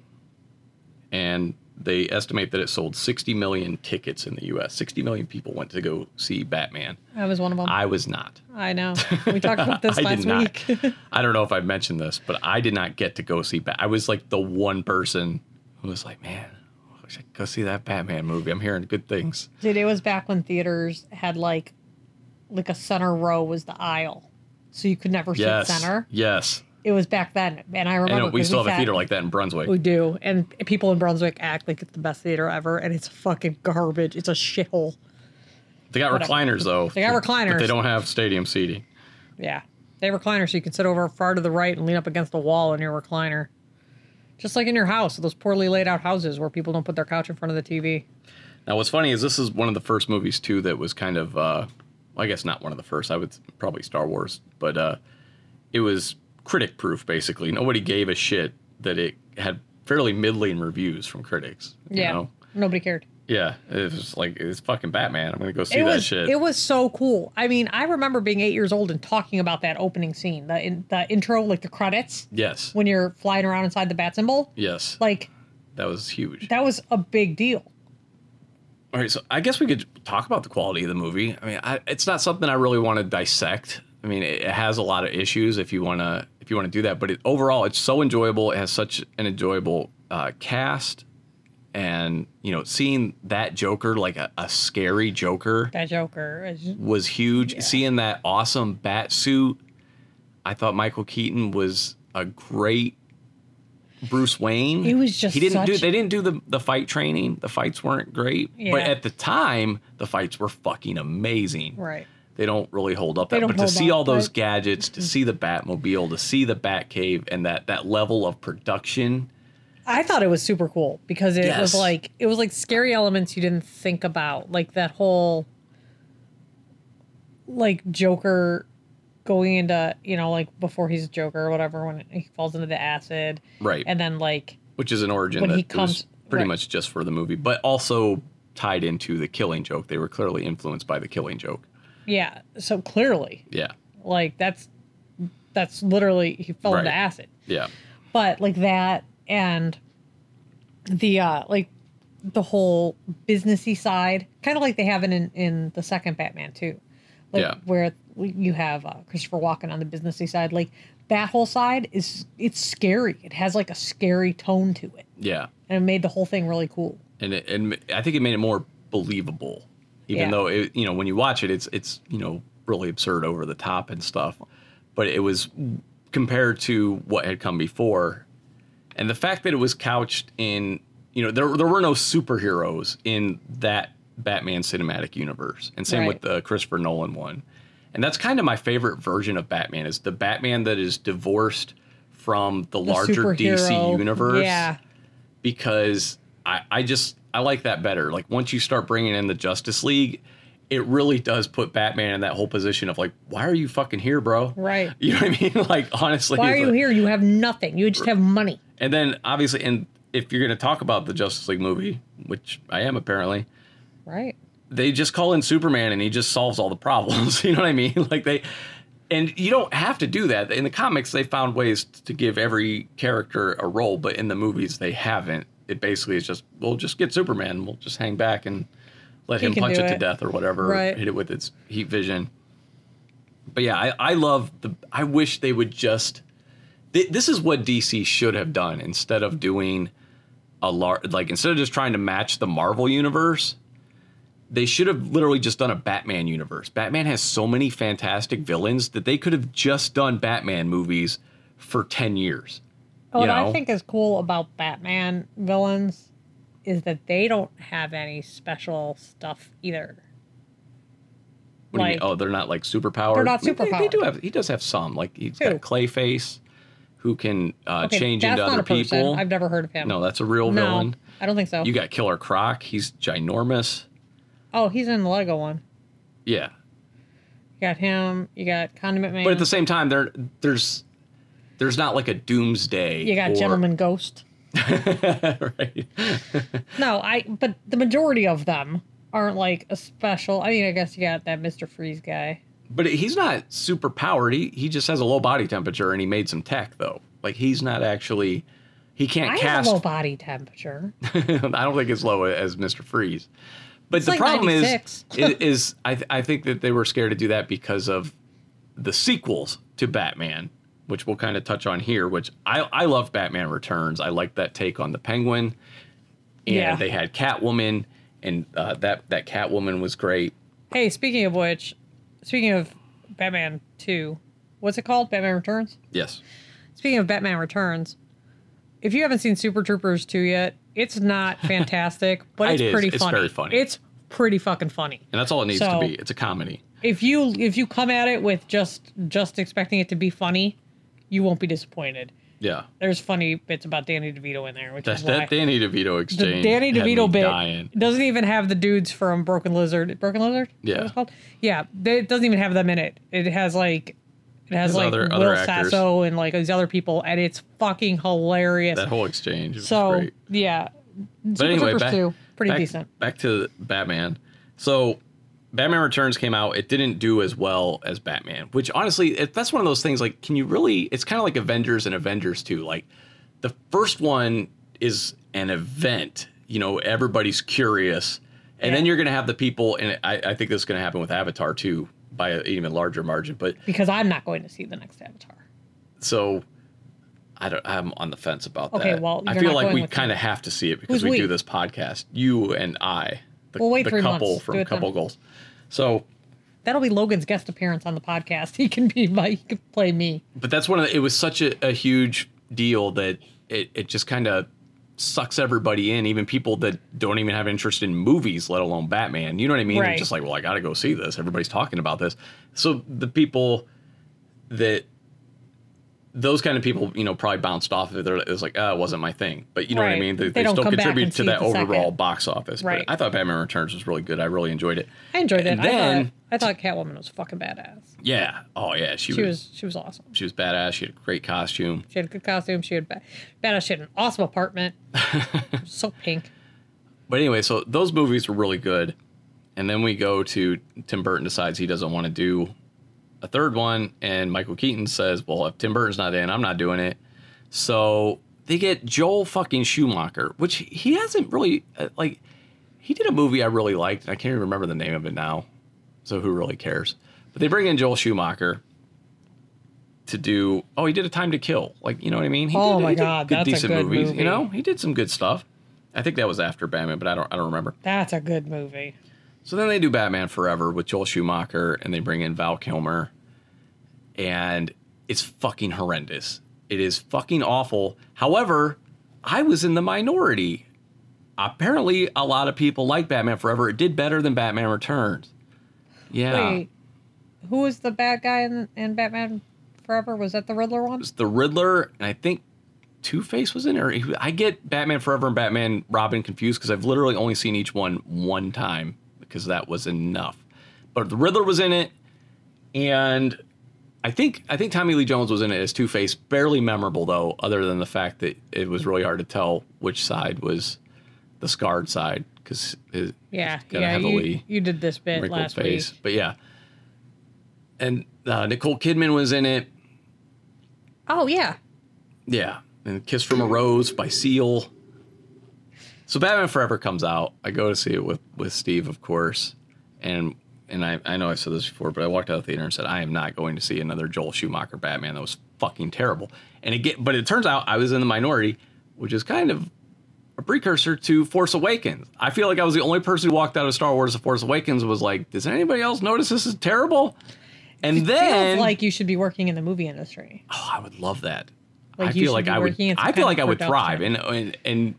and they estimate that it sold 60 million tickets in the U.S. 60 million people went to go see Batman. I was one of them. I, I was not. know. We talked about this I last did not. week. I don't know if I mentioned this, but I did not get to go see Bat. I was like the one person who was like, "Man, I wish I could go see that Batman movie. I'm hearing good things." Dude, it was back when theaters had like like a center row was the aisle. So you could never sit Yes, center. yes. It was back then. And I remember And we 'cause still have a sat- theater like that in Brunswick. We do. And people in Brunswick act like it's the best theater ever and it's fucking garbage. It's a shithole. They got whatever. recliners though. They got but recliners. they don't have stadium seating. Yeah. They have recliners, so you can sit over far to the right and lean up against the wall in your recliner. Just like in your house, those poorly laid out houses where people don't put their couch in front of the TV. Now, what's funny is this is one of the first movies too that was kind of, uh, well, I guess not one of the first. I would probably Star Wars, but uh, it was critic proof basically. Nobody gave a shit that it had fairly middling reviews from critics. You Yeah. Know? Nobody cared. Yeah. It was like it's fucking Batman. I'm gonna go see it that was shit. it was so cool. I mean, I remember being eight years old and talking about that opening scene, the in, the intro, like the credits yes. when you're flying around inside the bat symbol. Yes. Like that was huge. that was a big deal. All right, so I guess we could talk about the quality of the movie. I mean, I, it's not something I really want to dissect. I mean, it, it has a lot of issues if you want to if you want to do that. But it, overall, it's so enjoyable. It has such an enjoyable uh, cast, and you know, seeing that Joker like a, a scary Joker That Joker, is- was huge. Seeing that awesome bat suit, I thought Michael Keaton was a great Bruce Wayne. He was just he didn't do such- they didn't do the the fight training. The fights weren't great, Yeah. but at the time, the fights were fucking amazing. right? They don't really hold up that, don't but to hold see up, mm-hmm. all those right? gadgets, to see the Batmobile, to see the Batcave, and that that level of production. I thought it was super cool because it Yes. was like it was like scary elements you didn't think about, like that whole like Joker going into you know like before he's a Joker or whatever when he falls into the acid, Right. and then like which is an origin When that he was comes- pretty right. much just for the movie, but also tied into the Killing Joke. They were clearly influenced by the Killing Joke. yeah, so clearly Yeah, like that's that's literally he fell into Right. acid, yeah, but like that and the uh like the whole businessy side kind of like they have it in in the second batman too like Yeah. where you have uh, christopher walken on the businessy side like that whole side is it's scary it has like a scary tone to it yeah. and it made the whole thing really cool and it, and I think it made it more believable, even Yeah. though it, you know when you watch it, it's it's you know really absurd, over the top, and stuff. But it was compared to what had come before, and the fact that it was couched in you know there there were no superheroes in that Batman cinematic universe, and same with Right. the Christopher Nolan one, and that's kind of my favorite version of Batman is the Batman that is divorced from the, The larger DC superhero- universe yeah because I, I just I like that better. Like once you start bringing in the Justice League, it really does put Batman in that whole position of like, why are you fucking here, bro? Right. You know what I mean? Like honestly, why are it's you like- here you have nothing you just have money And then obviously, and if you're gonna talk about the Justice League movie, which I am apparently, right they just call in Superman and he just solves all the problems. you know what I mean? Like they. And you don't have to do that. In the comics, they found ways to give every character a role, but in the movies, they haven't. It basically is just, we'll just get Superman. We'll just hang back and let He him can punch do it, to it. death or whatever, or Right. hit it with its heat vision. But yeah, I, I love the. I wish they would just. Th- this is what DC should have done instead of doing a large like instead of just trying to match the Marvel universe. They should have literally just done a Batman universe. Batman has so many fantastic villains that they could have just done Batman movies for 10 years. What you Oh, I know? think is cool about Batman villains is that they don't have any special stuff either. What do you Like- mean? Oh, they're not like superpowered. They're not They- They, superpowered. do have. He does have some. Like he's Who? got Clayface, who can uh, Okay, change that's into not other a person. people. I've never heard of him. no, that's a real No, villain. I don't think so. You got Killer Croc. He's ginormous. oh, he's in the Lego one. Yeah, You got him. You got Condiment Man. but at the same time, there there's there's not like a Doomsday. you got or- Gentleman Ghost. right. No, I. But the majority of them aren't like a special. I mean, I guess you got that Mister Freeze guy. But he's not super powered. He he just has a low body temperature, and he made some tech though. Like he's not actually. He can't I have cast. a low body temperature. I don't think it's low as Mr. Freeze. But the like problem is, 96. i- is I, th- I think that they were scared to do that because of the sequels to Batman, which we'll kind of touch on here. Which I, I love Batman Returns. I like that take on the Penguin, and Yeah. they had Catwoman, and uh, that that Catwoman was great. Hey, speaking of which, speaking of Batman Two, what's it called? Batman Returns. Yes, Speaking of Batman Returns, if you haven't seen Super Troopers 2 yet, it's not fantastic, but It it's is. pretty It's funny. very funny. It's pretty fucking funny. and that's all it needs So- to be. It's a comedy. If you if you come at it with just just expecting it to be funny, you won't be disappointed. Yeah, There's funny bits about Danny DeVito in there, which that, is why that Danny DeVito the exchange. Danny had me DeVito bit dying. doesn't even have the dudes from Broken Lizard. Broken Lizard? Is that what Yeah. it's called? Yeah. they- It doesn't even have them in it. It has like it has has like other- Will other actors. Sasso and like these other people, and it's fucking hilarious. That whole exchange. was So great. yeah, But Super anyway, Troopers back, 2, pretty back- decent. Back to Batman. So, Batman Returns came out. It didn't do as well as Batman, which honestly, it, that's one of those things. Like, can you really? It's kind of like Avengers and Avengers 2. Like, the first one is an event. You know, everybody's curious, and then Yeah. you're going to have the people. And I, I think this is going to happen with Avatar too, by an even larger margin. But Because I'm not going to see the next Avatar. so I don't. I'm on the fence about Okay, that. well, I you're feel not like going we with kind of have to see it because Who's we, we? do this podcast. You and I, the, We'll wait the three couple months. Do from it then. Couple Goals. So, That'll be Logan's guest appearance on the podcast. He can be my, he can play me. but that's one of the, it was such a, a huge deal that it it just kind of sucks everybody in, even people that don't even have interest in movies, let alone Batman. You know what I mean? They're Right. just like, well, I got to go see this. Everybody's talking about this. So the people that those kind of people, you know, probably bounced off of it. They're- It was like, oh, it wasn't my thing. But you know what Right. I mean? They They, don't still come back contribute and to see that it the overall second. box office. Right. But I thought Batman Returns was really good. I really enjoyed it. I enjoyed it. And then- I, thought, I thought Catwoman was fucking badass. Yeah. Oh yeah. She, She was, was she was awesome. she was badass. She had a great costume. She had a good costume. She had ba- badass. She had an awesome apartment. so pink. But anyway, so those movies were really good. And then we go to Tim Burton decides he doesn't want to do a third one. And Michael Keaton says, Well, if Tim Burton's not in, I'm not doing it. So they get Joel fucking Schumacher, which he hasn't really, uh, like, he did a movie I really liked. And I can't even remember the name of it now. So who really cares? But they bring in Joel Schumacher to do, oh, he did A Time to Kill. Like, you know what I mean? He Oh did, my he did God, that's a good movie. You know, he did some good stuff. I think that was after Batman, but I don't I don't remember. That's a good movie. So then they do Batman Forever with Joel Schumacher and they bring in Val Kilmer and it's fucking horrendous. It is fucking awful. However, I was in the minority. Apparently, a lot of people like Batman Forever. It did better than Batman Returns. Yeah. Wait, who was the bad guy in, in Batman Forever? Was that the Riddler one? was the Riddler, and I think Two Face was in there. He- I get Batman Forever and Batman Robin confused because I've literally only seen each one one time because that was enough. But the Riddler was in it, and I think I think Tommy Lee Jones was in it as Two Face. Barely memorable though, other than the fact that it was really hard to tell which side was the scarred side because his, Yeah, gotta yeah. have a You, Lee. you did this bit wrinkled last face. week. But yeah, and uh, Nicole Kidman was in it. Oh yeah, Yeah, and Kiss from a Rose by Seal. So Batman Forever comes out. I go to see it with with Steve, of course, and and I I know I've said this before, but I walked out of the theater and said I am not going to see another Joel Schumacher Batman. That was fucking terrible. And it get, but it turns out I was in the minority, which is kind of a precursor to Force Awakens. I feel like I was the only person who walked out of Star Wars: The Force Awakens was like, does anybody else notice this is terrible? And then, Feels like you should be working in the movie industry. oh, I would love that. Like I you feel should like be I would. working in some I kind feel like of I would thrive, production. and and and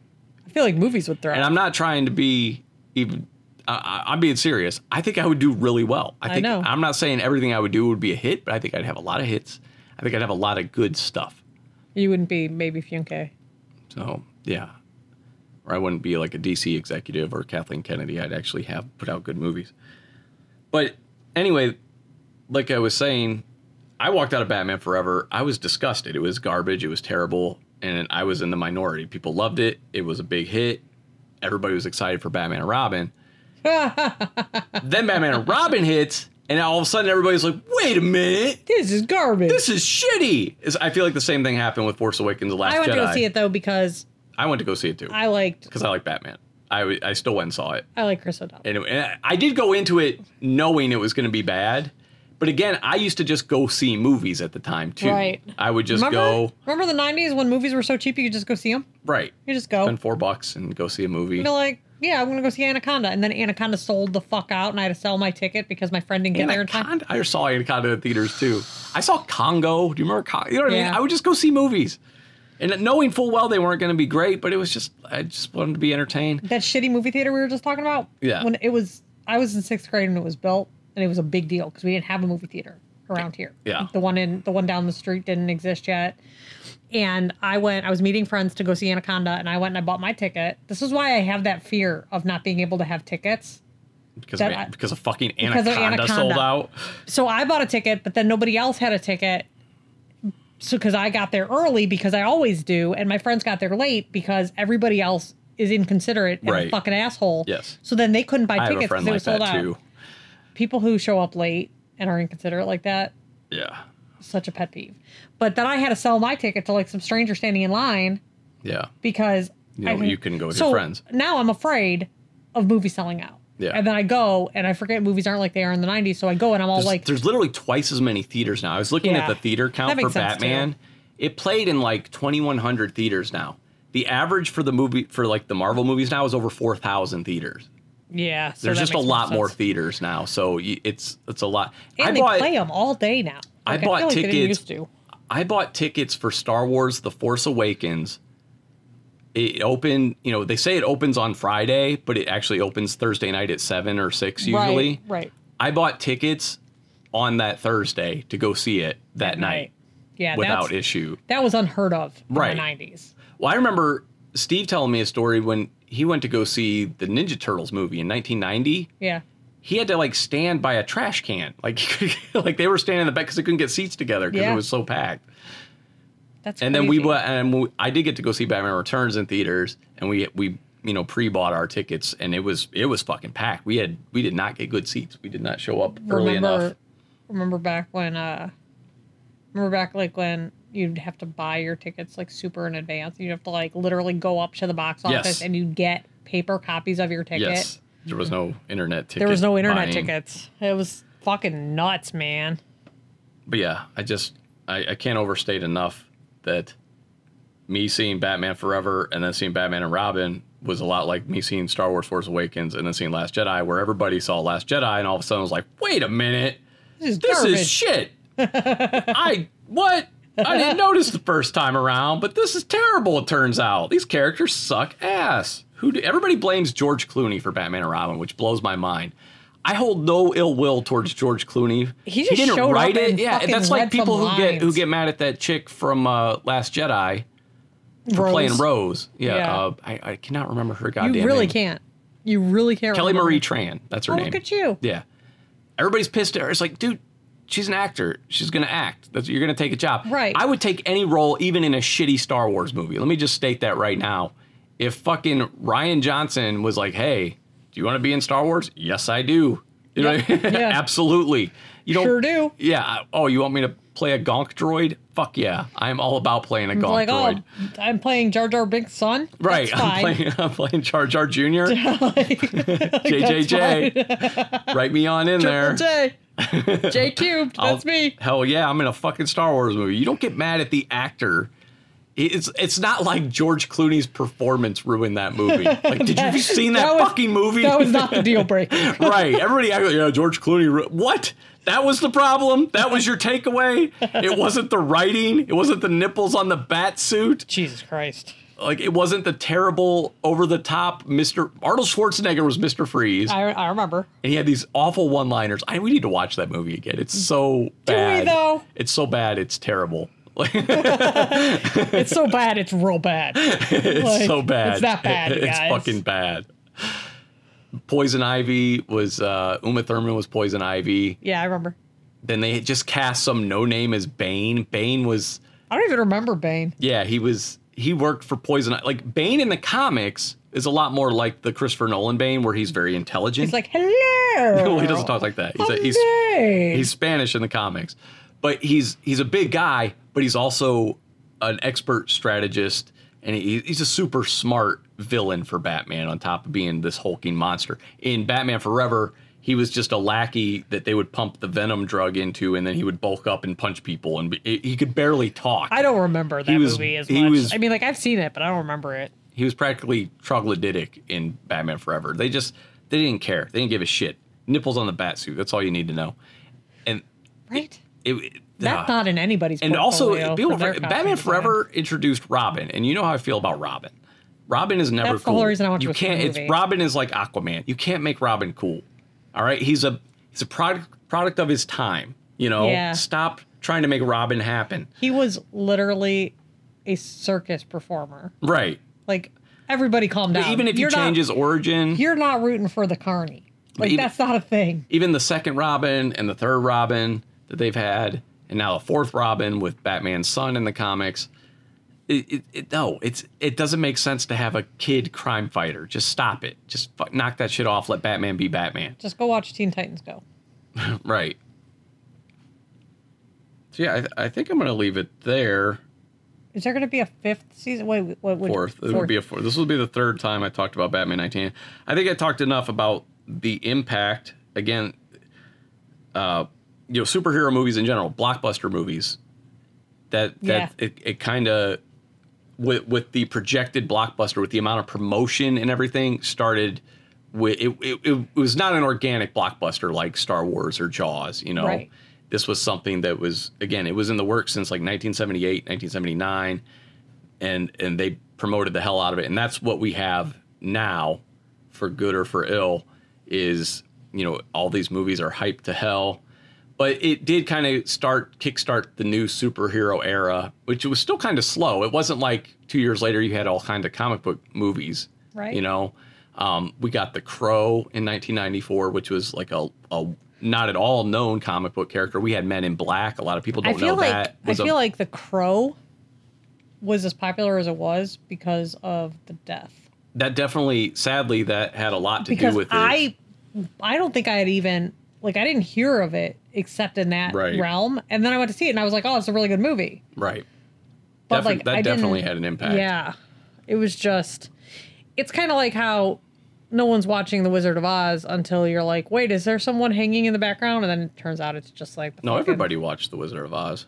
I feel like movies would throw. and I'm not trying to be even. I, I- I'm being serious. I think I would do really well. I I think know. I'm not saying everything I would do would be a hit, but I think I'd have a lot of hits. I think I'd have a lot of good stuff. you wouldn't be maybe Funke. So yeah, or I wouldn't be like a DC executive or Kathleen Kennedy. I'd actually have put out good movies. But anyway, like I was saying, I walked out of Batman Forever. I was disgusted. It was garbage. It was terrible, and I was in the minority. People loved it. It was a big hit. Everybody was excited for Batman and Robin. then Batman and Robin hits, and all of a sudden everybody's like, "Wait a minute." This is garbage. This is shitty. Is I feel like the same thing happened with Force Awakens: The Last I went Jedi. to go see it though because I went to go see it too I liked because I like Batman. I, w- I still went and saw it. I like Chris O'Donnell. And, it- and I- I did go into it knowing it was going to be bad. But again, I used to just go see movies at the time too. Right. I would just remember, go remember the '90s when movies were so cheap you could just go see them. right, You just go. spend four bucks and go see a movie. You're like, yeah, I'm gonna go see Anaconda, and then Anaconda sold the fuck out, and I had to sell my ticket because my friend didn't get there in time. Anaconda. I saw Anaconda in theaters too. I saw Congo. Do you remember Congo? You know what I mean? Yeah. I would just go see movies, and knowing full well they weren't going to be great, but it was just I just wanted to be entertained. That shitty movie theater we were just talking about. Yeah. When it was, I was in sixth grade when it was built, and it was a big deal because we didn't have a movie theater around here. Yeah. The one in the one down the street didn't exist yet, and I went. I was meeting friends to go see Anaconda, and I went and I bought my ticket. This is why I have that fear of not being able to have tickets. Because That of, I- because of fucking because of Anaconda sold Anaconda. out. so I bought a ticket, but then nobody else had a ticket. So because I got there early because I always do, and my friends got there late because everybody else is inconsiderate and Right. a fucking asshole. Yes. So then they couldn't buy I have tickets a friend because they were like sold that out. too. People who show up late and are inconsiderate like that, Yeah. such a pet peeve. But then I had to sell my ticket to like some stranger standing in line Yeah. because You I know, can- you couldn't go with your friends. Now I'm afraid of movie selling out. Yeah. And then I go and I forget movies aren't like they are in the 90s. So I go and I'm all There's, like, there's literally twice as many theaters now. I was looking Yeah. at the theater count That for makes sense, Batman. It played in like 2,100 theaters now. The average for the movie for like the Marvel movies now is over 4,000 theaters. yeah. So There's that just a makes lot more sense. theaters now, so y- it's it's a lot. And I they bought play them all day now. I Like, bought feel like they didn't tickets- used to. I bought tickets for Star Wars: The Force Awakens. It opened, you know, they say it opens on Friday, but it actually opens Thursday night at seven or six usually. Right, right. I bought tickets on that Thursday to go see it that night Right. Yeah, without that's, issue. that was unheard of in Right. the 90s. Well, I remember Steve telling me a story when he went to go see the Ninja Turtles movie in 1990. Yeah. He had to like stand by a trash can, like like they were standing in the back because they couldn't get seats together because Yeah. it was so packed. That's And then we crazy. went, and we, I did get to go see Batman Returns in theaters, and we we you know pre-bought our tickets, and it was it was fucking packed. We had we did not get good seats. We did not show up early enough. Remember back when, uh, remember back like when you'd have to buy your tickets like super in advance. You'd have to like literally go up to the box Yes. office and you'd get paper copies of your ticket. Yes, there was no internet ticket. There was no internet buying. tickets. It was fucking nuts, man. But yeah, I just I, I can't overstate enough that me seeing Batman Forever and then seeing Batman and Robin was a lot like me seeing Star Wars: Force Awakens and then seeing Last Jedi, where everybody saw Last Jedi and all of a sudden was like, wait a minute. This is this garbage. is shit. I what? I didn't notice the first time around, but this is terrible. It turns out these characters suck ass. Who do, everybody blames George Clooney for Batman and Robin, which blows my mind. I hold no ill will towards George Clooney. He just showed up and Yeah, fucking that's like read some people who get who lines. get mad at that chick from uh, Last Jedi for Rose. playing Rose. Yeah, Yeah. Uh, I, I cannot remember her goddamn You really name. can't. You really can't. Kelly remember. Marie Tran. That's her Oh, name. look at you. Yeah. Everybody's pissed at her. It's like, dude, she's an actor. She's going to act. That's, you're going to take a job. Right. I would take any role, even in a shitty Star Wars movie. Let me just state that right now. If fucking Ryan Johnson was like, hey, do you want to be in Star Wars? Yes, I do. You know, what I mean? Yeah. absolutely. You don't, Sure do. Yeah. I- Oh, you want me to play a gonk droid? Fuck yeah. I'm all about playing a gonk like, droid. oh, I'm playing Jar Jar Binks' son. right. That's I'm fine. playing, I'm playing Jar Jar Jr. Like, JJJ. Write me on in there. Triple J. J cubed. I'll- That's me. Hell yeah, I'm in a fucking Star Wars movie. You don't get mad at the actor. It's it's not like George Clooney's performance ruined that movie. Like, did you seen that, that was- fucking movie? That was not the deal breaker. right. Everybody, acted like, yeah, George Clooney. Ru- what? That was the problem. That was your takeaway. It wasn't the writing. It wasn't the nipples on the bat suit Jesus Christ. like it wasn't the terrible over the top Mr. Arnold Schwarzenegger was Mr. Freeze I, I remember. and he had these awful one liners. I we need to watch that movie again. It's so bad. though? It's so bad. It's terrible. Like, It's so bad. It's real bad. it's Like, so bad. it's that bad, you it's guys. fucking bad. Poison Ivy was uh, Uma Thurman was Poison Ivy. Yeah, I remember. Then they just cast some no name as Bane. Bane was I don't even remember Bane. Yeah, he was. He worked for Poison. I- Like Bane in the comics is a lot more like the Christopher Nolan Bane, where he's very intelligent. He's like, hello. well, he doesn't talk like that. He's, a, he's Hey. he's Spanish in the comics, but he's he's a big guy, but he's also an expert strategist, and he, he's a super smart villain for Batman. On top of being this hulking monster in Batman Forever, he was just a lackey that they would pump the venom drug into, and then he would bulk up and punch people, and be, he could barely talk. I don't remember that was- movie as he much. was- I mean, like I've seen it, but I don't remember it. he was practically troglodytic in Batman Forever. They just they didn't care. They didn't give a shit. Nipples on the bat suit. That's all you need to know. And Right? it, it- That's ah. not in anybody's. and also portfolio people- for their costume Batman design. Forever introduced Robin, and you know how I feel about Robin. Robin is never That's the cool. whole reason I want you to go see the can't. It's movie. Robin is like Aquaman. You can't make Robin cool. All right, he's a he's a product product of his time. You know, Yeah. stop trying to make Robin happen. He was literally a circus performer. Right. Like everybody, calm down. Even if you You're not- change his origin, you're not rooting for the carny. Like even- that's not a thing. even the second Robin and the third Robin that they've had, and now the fourth Robin with Batman's son in the comics. It, it, it, no, it's it doesn't make sense to have a kid crime fighter. Just stop it. Just fu- knock that shit off. Let Batman be Batman. Just go watch Teen Titans Go. Right. So yeah, I, th- I think I'm gonna leave it there. Is there going to be a fifth season? Wait, wait, what would Fourth, it would be a fourth. This will be the third time I talked about Batman 19. I think I talked enough about the impact. Again, uh, you know, superhero movies in general, blockbuster movies. That that Yeah. it, it kind of with with the projected blockbuster, with the amount of promotion and everything, started. With, it, it, it was not an organic blockbuster like Star Wars or Jaws, you know. Right. This was something that was again, it was in the works since like 1978, 1979 and and they promoted the hell out of it and that's what we have now for good or for ill is you know all these movies are hyped to hell but it did kind of start kickstart the new superhero era which was still kind of slow it wasn't like two years later you had all kind of comic book movies Right. you know um, we got the crow in 1994 which was like a, a not at all known comic book character we had men in black a lot of people I don't feel know like that I was a- feel like the Crow was as popular as it was because of the death. that definitely sadly that had a lot to Because do with it I, I don't think I had even like I didn't hear of it except in that Right. realm, and then I went to see it and I was like, oh, it's a really good movie. right But Defi- like that I definitely didn't, had an impact Yeah. It was just it's kind of like how no one's watching The Wizard of Oz until you're like, "Wait, is there someone hanging in the background?" and then it turns out it's just like the no fucking- everybody watched the wizard of oz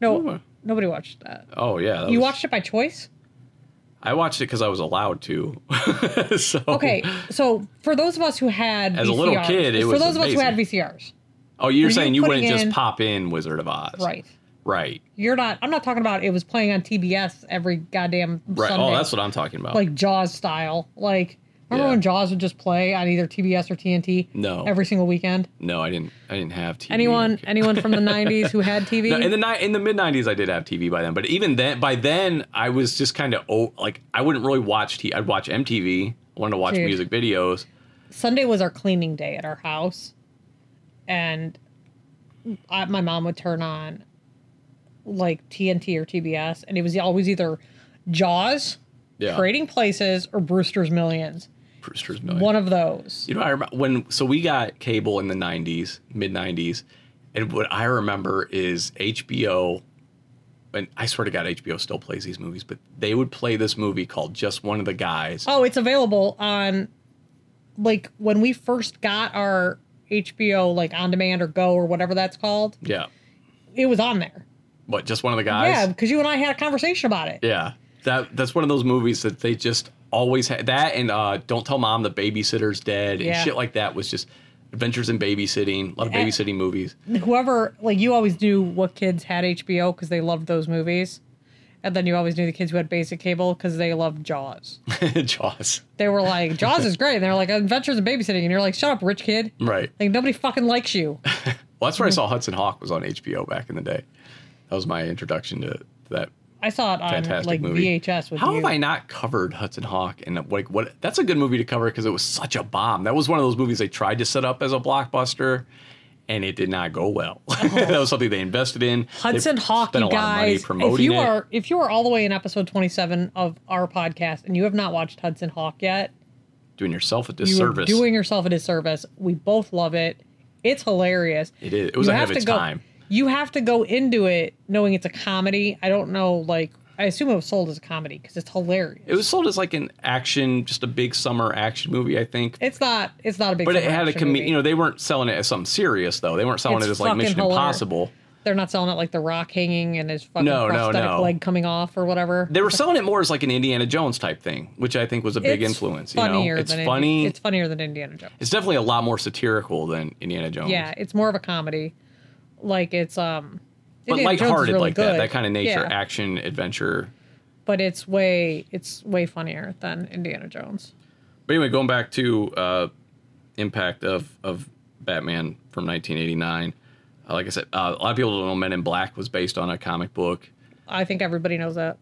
No. Nobody watched that. oh yeah that You was- watched it by choice? i watched it because i was allowed to so Okay. So, for those of us who had As a little VCRs kid, it for was those of us who had amazing. VCRs. oh you're you saying you putting wouldn't just in- pop in wizard of oz Right. right You're not I'm not talking about it was playing on TBS every goddamn right Sunday. oh that's what i'm talking about like Jaws style. Like remember Yeah. when Jaws would just play on either TBS or TNT? No. Every single weekend. no i didn't i didn't have tv Anyone Okay. anyone from the '90s who had TV? No, in the ni- in the mid '90s, I did have TV by then, but even then, by then, I was just kind of oh, like I wouldn't really watch TV. I'd watch MTV. I wanted to watch Dude. music videos. Sunday was our cleaning day at our house, and I, my mom would turn on like TNT or TBS, and it was always either Jaws, Yeah, Trading Places, or Brewster's Millions. Brewster's Million. One of those. You know, I remember when so we got cable in the '90s, mid '90s, and what I remember is HBO, and I swear to God, HBO still plays these movies, but they would play this movie called Just One of the Guys. Oh, it's available on like when we first got our HBO like on demand or Go or whatever that's called. Yeah. It was on there. What? Just one of the Yeah, guys? because you and I had a conversation about it. Yeah. That that's one of those movies that they just always had that and uh Don't Tell Mom the Babysitter's Dead Yeah. and shit like that was just Adventures in Babysitting, a lot of Eh. babysitting movies. Whoever like you always knew what kids had HBO because they loved those movies, and then you always knew the kids who had basic cable because they loved Jaws. Jaws. They were like Jaws is great. And they're like Adventures in Babysitting, and you're like, shut up, rich kid. Right. Like nobody fucking likes you. Well, Mm-hmm. that's where I saw Hudson Hawk was on HBO back in the day. That was my introduction to that. I saw it on Fantastic Uh, like movie. VHS with How you. have I not covered Hudson Hawk? And like, what? That's a good movie to cover because it was such a bomb. That was one of those movies they tried to set up as a blockbuster, and it did not go well. that was something they invested in. They Hudson Hawk, spent a you lot of money guys. If promoting you it. are if you are all the way in episode twenty seven of our podcast and you have not watched Hudson Hawk yet, doing yourself a you disservice. are doing yourself a disservice. We both love it. It's hilarious. it is. It was you ahead have of to its go. time. You have to go into it knowing it's a comedy. I don't know, like I assume it was sold as a comedy because it's hilarious. It was sold as like an action, just a big summer action movie, I think. it's not. It's not a big. but it summer had a action com- movie. you know they weren't selling it as something serious though they weren't selling It's it as like fucking mission hilarious. impossible They're not selling it like The Rock hanging and his fucking No, no, prosthetic no. leg coming off or whatever. they were selling it more as like an indiana jones type thing which i think was a big It's influence you know Funnier it's than funny Indi- it's, it's funnier than Indiana Jones. definitely a lot more satirical than indiana jones Yeah, it's more of a comedy. Like it's um but Indiana Jones is lighthearted really like that good. that kind of nature Yeah, action adventure But it's way it's way funnier than Indiana Jones. but anyway going back to uh impact of of batman from 1989 uh, like i said uh, a lot of people don't know men in black was based on a comic book I think everybody knows that.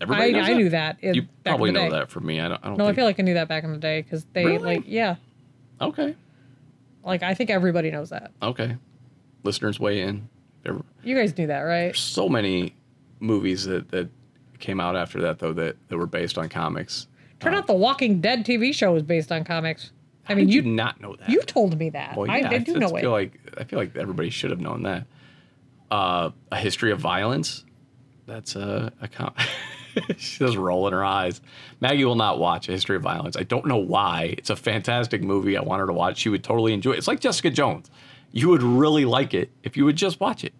everybody I, knows I knew that. in- you back in probably the know day. that from me i don't, I don't No, I think, feel like I knew that back in the day because they Really? like yeah, okay like I think everybody knows that. Okay. Listeners weigh in. There were You guys knew that, right? so many movies that, that came out after that though that, that were based on comics. Turn Uh, out the Walking Dead TV show is based on comics. I how mean, did you you not know that. you told me that. Well, I, yeah, I do just know it. feel like I feel like everybody should have known that. Uh, a history of violence. That's a, a com- she's just rolling her eyes. Maggie will not watch a history of violence. I don't know why. It's a fantastic movie. I want her to watch. She would totally enjoy it. It's like Jessica Jones. You would really like it if you would just watch it.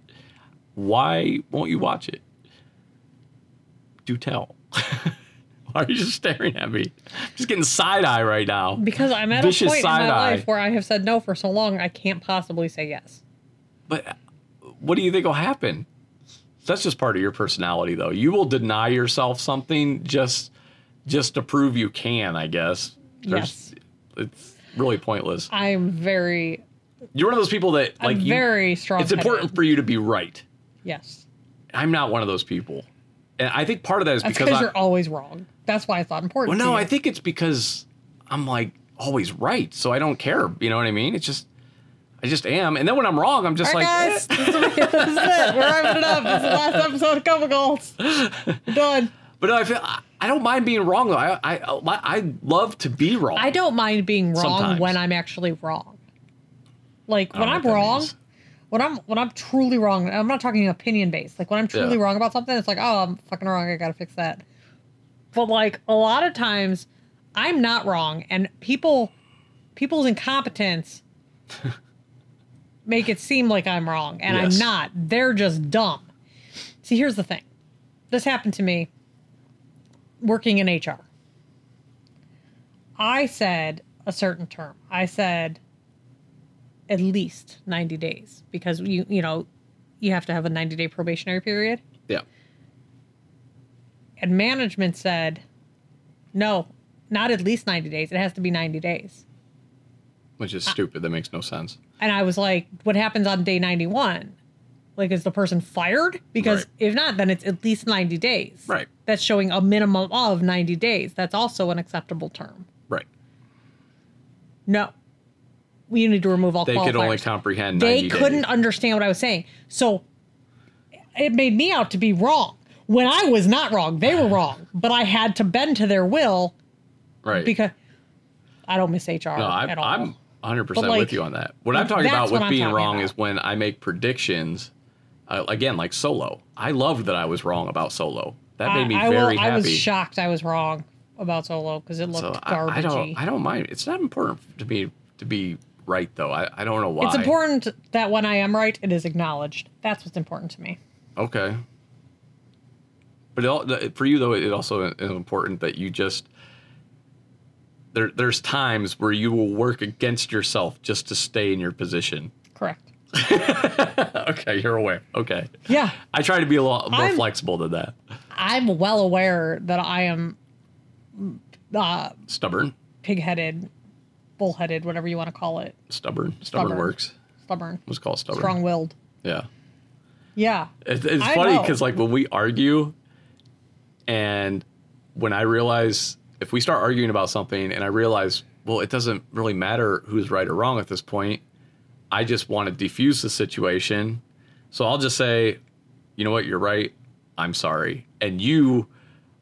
Why won't you watch it? Do tell. Why are you just staring at me? I'm just getting side eye right now. because I'm at a Vicious point in my side-eye. life where I have said no for so long, I can't possibly say yes. But uh, what do you think will happen? That's just part of your personality, though. You will deny yourself something just just to prove you can. I guess. Yes. It's really pointless. I'm very You're one of those people that like I'm you, very strong. It's important for you to be right. Yes. I'm not one of those people, and I think part of that is That's because because I- you're always wrong. That's why it's not important. Well, to no, you. I think it's because I'm like always right, so I don't care. You know what I mean? It's just I just am, and then when I'm wrong, I'm just All right, like. eh. guys, this is this is it. We're wrapping it up. This is the last episode of Couple Goals. We're done. But no, I feel I- I don't mind being wrong though. I I I I love to be wrong. I don't mind being wrong Sometimes. when I'm actually wrong. Like don't when know I'm what that wrong, means. when I'm when I'm truly wrong. I'm not talking opinion based. Like when I'm truly Yeah. wrong about something, it's like, oh, I'm fucking wrong. I gotta fix that. But like a lot of times, I'm not wrong, and people, people's incompetence, make it seem like I'm wrong, and Yes. I'm not. They're just dumb. See, here's the thing. This happened to me working in HR. I said a certain term. I said at least 90 days because you you know, you have to have a 90-day probationary period. Yeah. And management said, "No, not at least 90 days. It has to be 90 days." Which is stupid. That makes no sense. And I was like, "What happens on day 91?" Like is the person fired? Because Right. if not, then it's at least 90 days. Right. That's showing a minimum of 90 days. That's also an acceptable term. Right. No. We need to remove all They qualifiers. could only comprehend. they 90 days. couldn't understand what I was saying. So it made me out to be wrong. When I was not wrong, they were wrong. But I had to bend to their will Right. because I don't miss HR no, I'm at all. I'm 100 But, percent like, with you on that. What I'm talking that's about what with I'm being talking wrong about. is when I make predictions. Uh, again, like Solo. I loved that I was wrong about Solo. That made me I, I very happy. will- I was shocked I was wrong about Solo because it looked so I, I garbagey. don't. I don't mind. It's not important to me to be right though. I, I don't know why. It's important that when I am right, it is acknowledged. That's what's important to me. Okay. But it, al- for you though, it also is important that you just there. There's times where you will work against yourself just to stay in your position. Correct. okay, you're aware. Okay, Yeah. I try to be a lot more I'm- flexible than that. I'm well aware that I am uh, Stubborn, pig-headed, bull-headed, whatever you want to call it, stubborn, stubborn, Stubborn. works. stubborn, Let's call it stubborn. strong-willed. Yeah. Yeah. It, it's I funny know. because like when we argue, and when I realize if we start arguing about something, and I realize, well, it doesn't really matter who's right or wrong at this point. I just want to defuse the situation, so I'll just say, you know what, you're right. I'm sorry, and you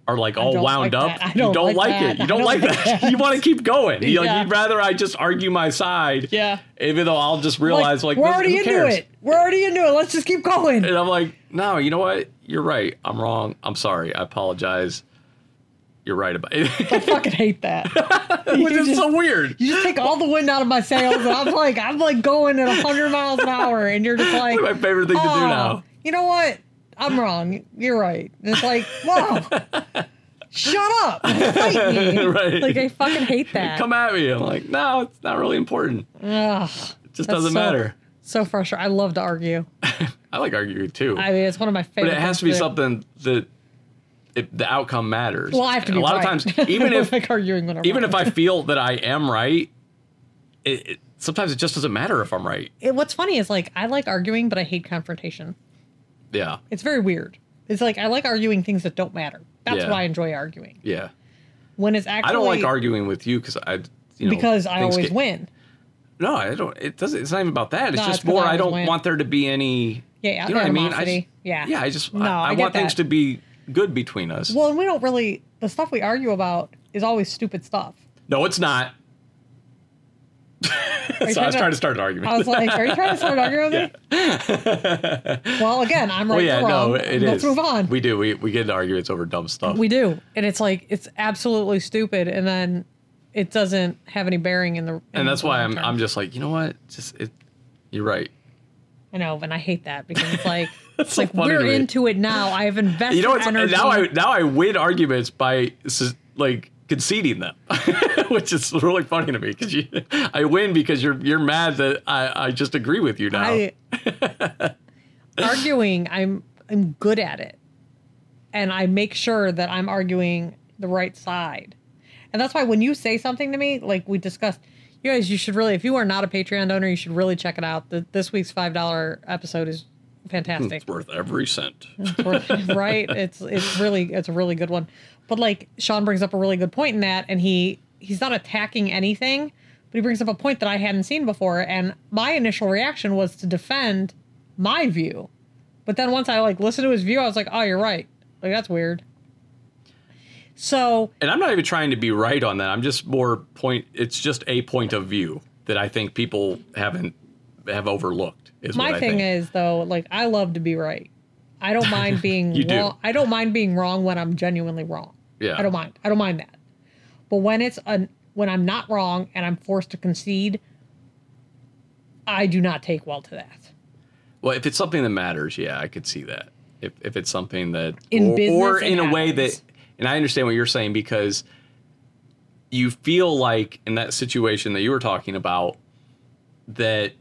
are like all don't wound like up. that. I you don't don't like like that. it. You I don't, like that. you want to keep going. You Yeah. would rather I just argue my side. Yeah. Even though I'll just realize like, we're this- already who into cares? it. We're already into it. Let's just keep going. And I'm like, no, you know what? You're right. I'm wrong. I'm sorry. I apologize. You're right about it. I fucking hate that. Which is just- so weird. You just take all the wind out of my sails, and I'm like, I'm like going at 100 miles an hour, and you're just like, My favorite thing to do "Oh, now. You know what? I'm wrong. You're right. And it's like, wow. Shut up. Fight me. Right. Like I fucking hate that. Come at me. I'm like, no, it's not really important. Ugh, It just That's doesn't so- matter. so frustrating. I love to argue. I like arguing too. I mean, it's one of my favorite. but it has to be things do. something that it, the outcome matters. Well, I have to And be A lot right. of times, even I don't if like arguing when I'm even right. if I feel that I am right, it, it sometimes it just doesn't matter if I'm right. It- what's funny is like I like arguing, but I hate confrontation. Yeah. It's very weird. It's like I like arguing things that don't matter. That's Yeah. why I enjoy arguing. Yeah. When it's actually I don't like arguing with you because I, you know, because I things always get- win. No, I don't. It doesn't. It's not even about that. It's No, just it's 'cause more. I I don't always win. want there to be any. Yeah, you know what I mean. I animosity. just, yeah, Yeah, I just. No, I, I, I get want things that. to be good between us. Well, and we don't really the stuff we argue about is always stupid stuff. no, it's not. Are you Oh, So I was to- trying to start an argument. I was like, "Are you trying to start arguing with me?" well, again, I'm well, right. Oh, yeah, you're wrong. no, it Let's is. move on. We do. We we get into arguments over dumb stuff. We do, and it's like it's absolutely stupid, and then it doesn't have any bearing in the. in and that's the why long I'm term. I'm just like you know what just it. You're right. I know, and I hate that because it's like That's it's so like funny we're to me. into it now. I have invested You know what's and energy. now I now I win arguments by s- like conceding them, which is really funny to me because you I win because you're you're mad that I, I just agree with you now. I- arguing, I'm I'm good at it, and I make sure that I'm arguing the right side, and that's why when you say something to me, like we discussed, you guys, you should really, if you are not a Patreon donor, you should really check it out. The, this week's five dollar episode is fantastic. it's worth every cent. right? It's it's really it's a really good one. But like Sean brings up a really good point in that, and he he's not attacking anything, but he brings up a point that I hadn't seen before, and my initial reaction was to defend my view, but then once I like listened to his view, I was like, oh, you're right. Like that's weird. So And I'm not even trying to be right on that. I'm just more point. It's just a point of view that I think people haven't have overlooked. Is my what I thing think. is though, like I love to be right. I don't mind being You do. wrong. I don't mind being wrong when I'm genuinely wrong. Yeah. I don't mind. I don't mind that. But when it's an when I'm not wrong and I'm forced to concede, I do not take well to that. Well, if it's something that matters, yeah, I could see that. If, if it's something that In or, business, or it in a way happens. that, and I understand what you're saying because you feel like in that situation that you were talking about that.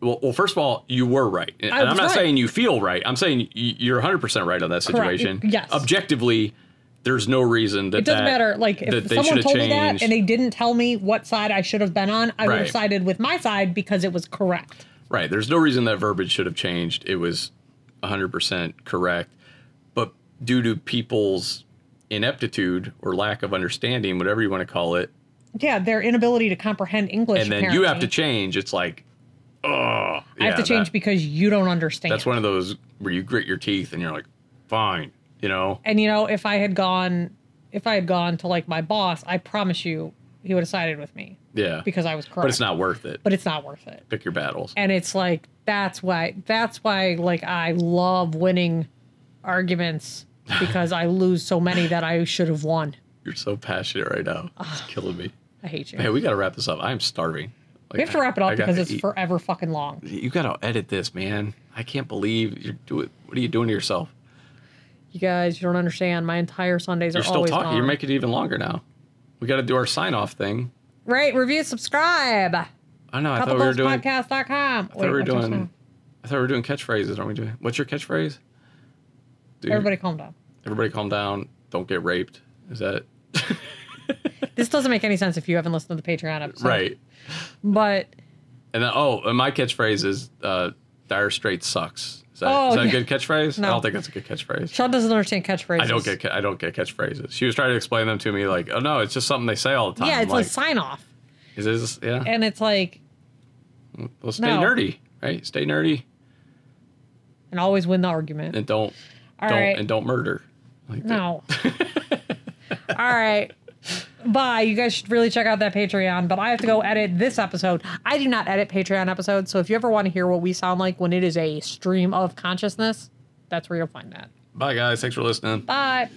Well, well, first of all, you were right, and I I'm was not right. saying you feel right. I'm saying y- you're 100 percent right on that Correct. situation. Yes. objectively, there's no reason that It doesn't that- matter. Like if that they should someone have told me that changed. and they didn't tell me what side I should have been on, I would Right. have sided with my side because it was correct. Right. There's no reason that verbiage should have changed. It was 100% correct. But due to people's ineptitude or lack of understanding, whatever you want to call it, Yeah, their inability to comprehend English. and then you have to change, it's like, oh, I have to change because you don't understand. that's one of those where you grit your teeth and you're like, fine, you know? and you know if i had gone if i had gone to like my boss i promise you he would have sided with me Yeah. because i was correct but it's not worth it. but it's not worth it Pick your battles. and it's like that's why that's why like i love winning arguments because i lose so many that i should have won You're so passionate right now. It's killing me. i hate you Hey, we got to wrap this up. I'm starving. Like, We have to wrap it I- up I because gotta it's eat. forever fucking long. You gotta edit this, man. I can't believe you're doing. What are you doing to yourself? You guys, you don't understand. My entire Sundays You're are still always talking. long. You're making it even longer now. We got to do our sign off thing. Right, review, subscribe. I know. I thought we were doing. I Couplespodcast.com. thought we were doing. I thought we were doing catchphrases. Aren't we doing? What's your catchphrase? Dude, Everybody calm down. everybody, calm down. Don't get raped. Is that This doesn't make any sense if you haven't listened to the Patreon episode. right? But And then, oh, and my catchphrase is uh, "Dire Straits sucks." Is that, Oh, is that yeah. a good catchphrase? No. I don't think that's a good catchphrase. Sean doesn't understand catchphrases. I don't get ca- I don't get catchphrases. She was trying to explain them to me like, oh no, it's just something they say all the time. Yeah, I'm it's like, a sign off. is this yeah? And it's like, Well, stay no. nerdy, right? Stay nerdy and always win the argument. and don't All don't right. and don't murder. Like that. No. All right. Bye. You guys should really check out that Patreon, but I have to go edit this episode. I do not edit Patreon episodes, so if you ever want to hear what we sound like when it is a stream of consciousness, that's where you'll find that. Bye guys, thanks for listening. Bye.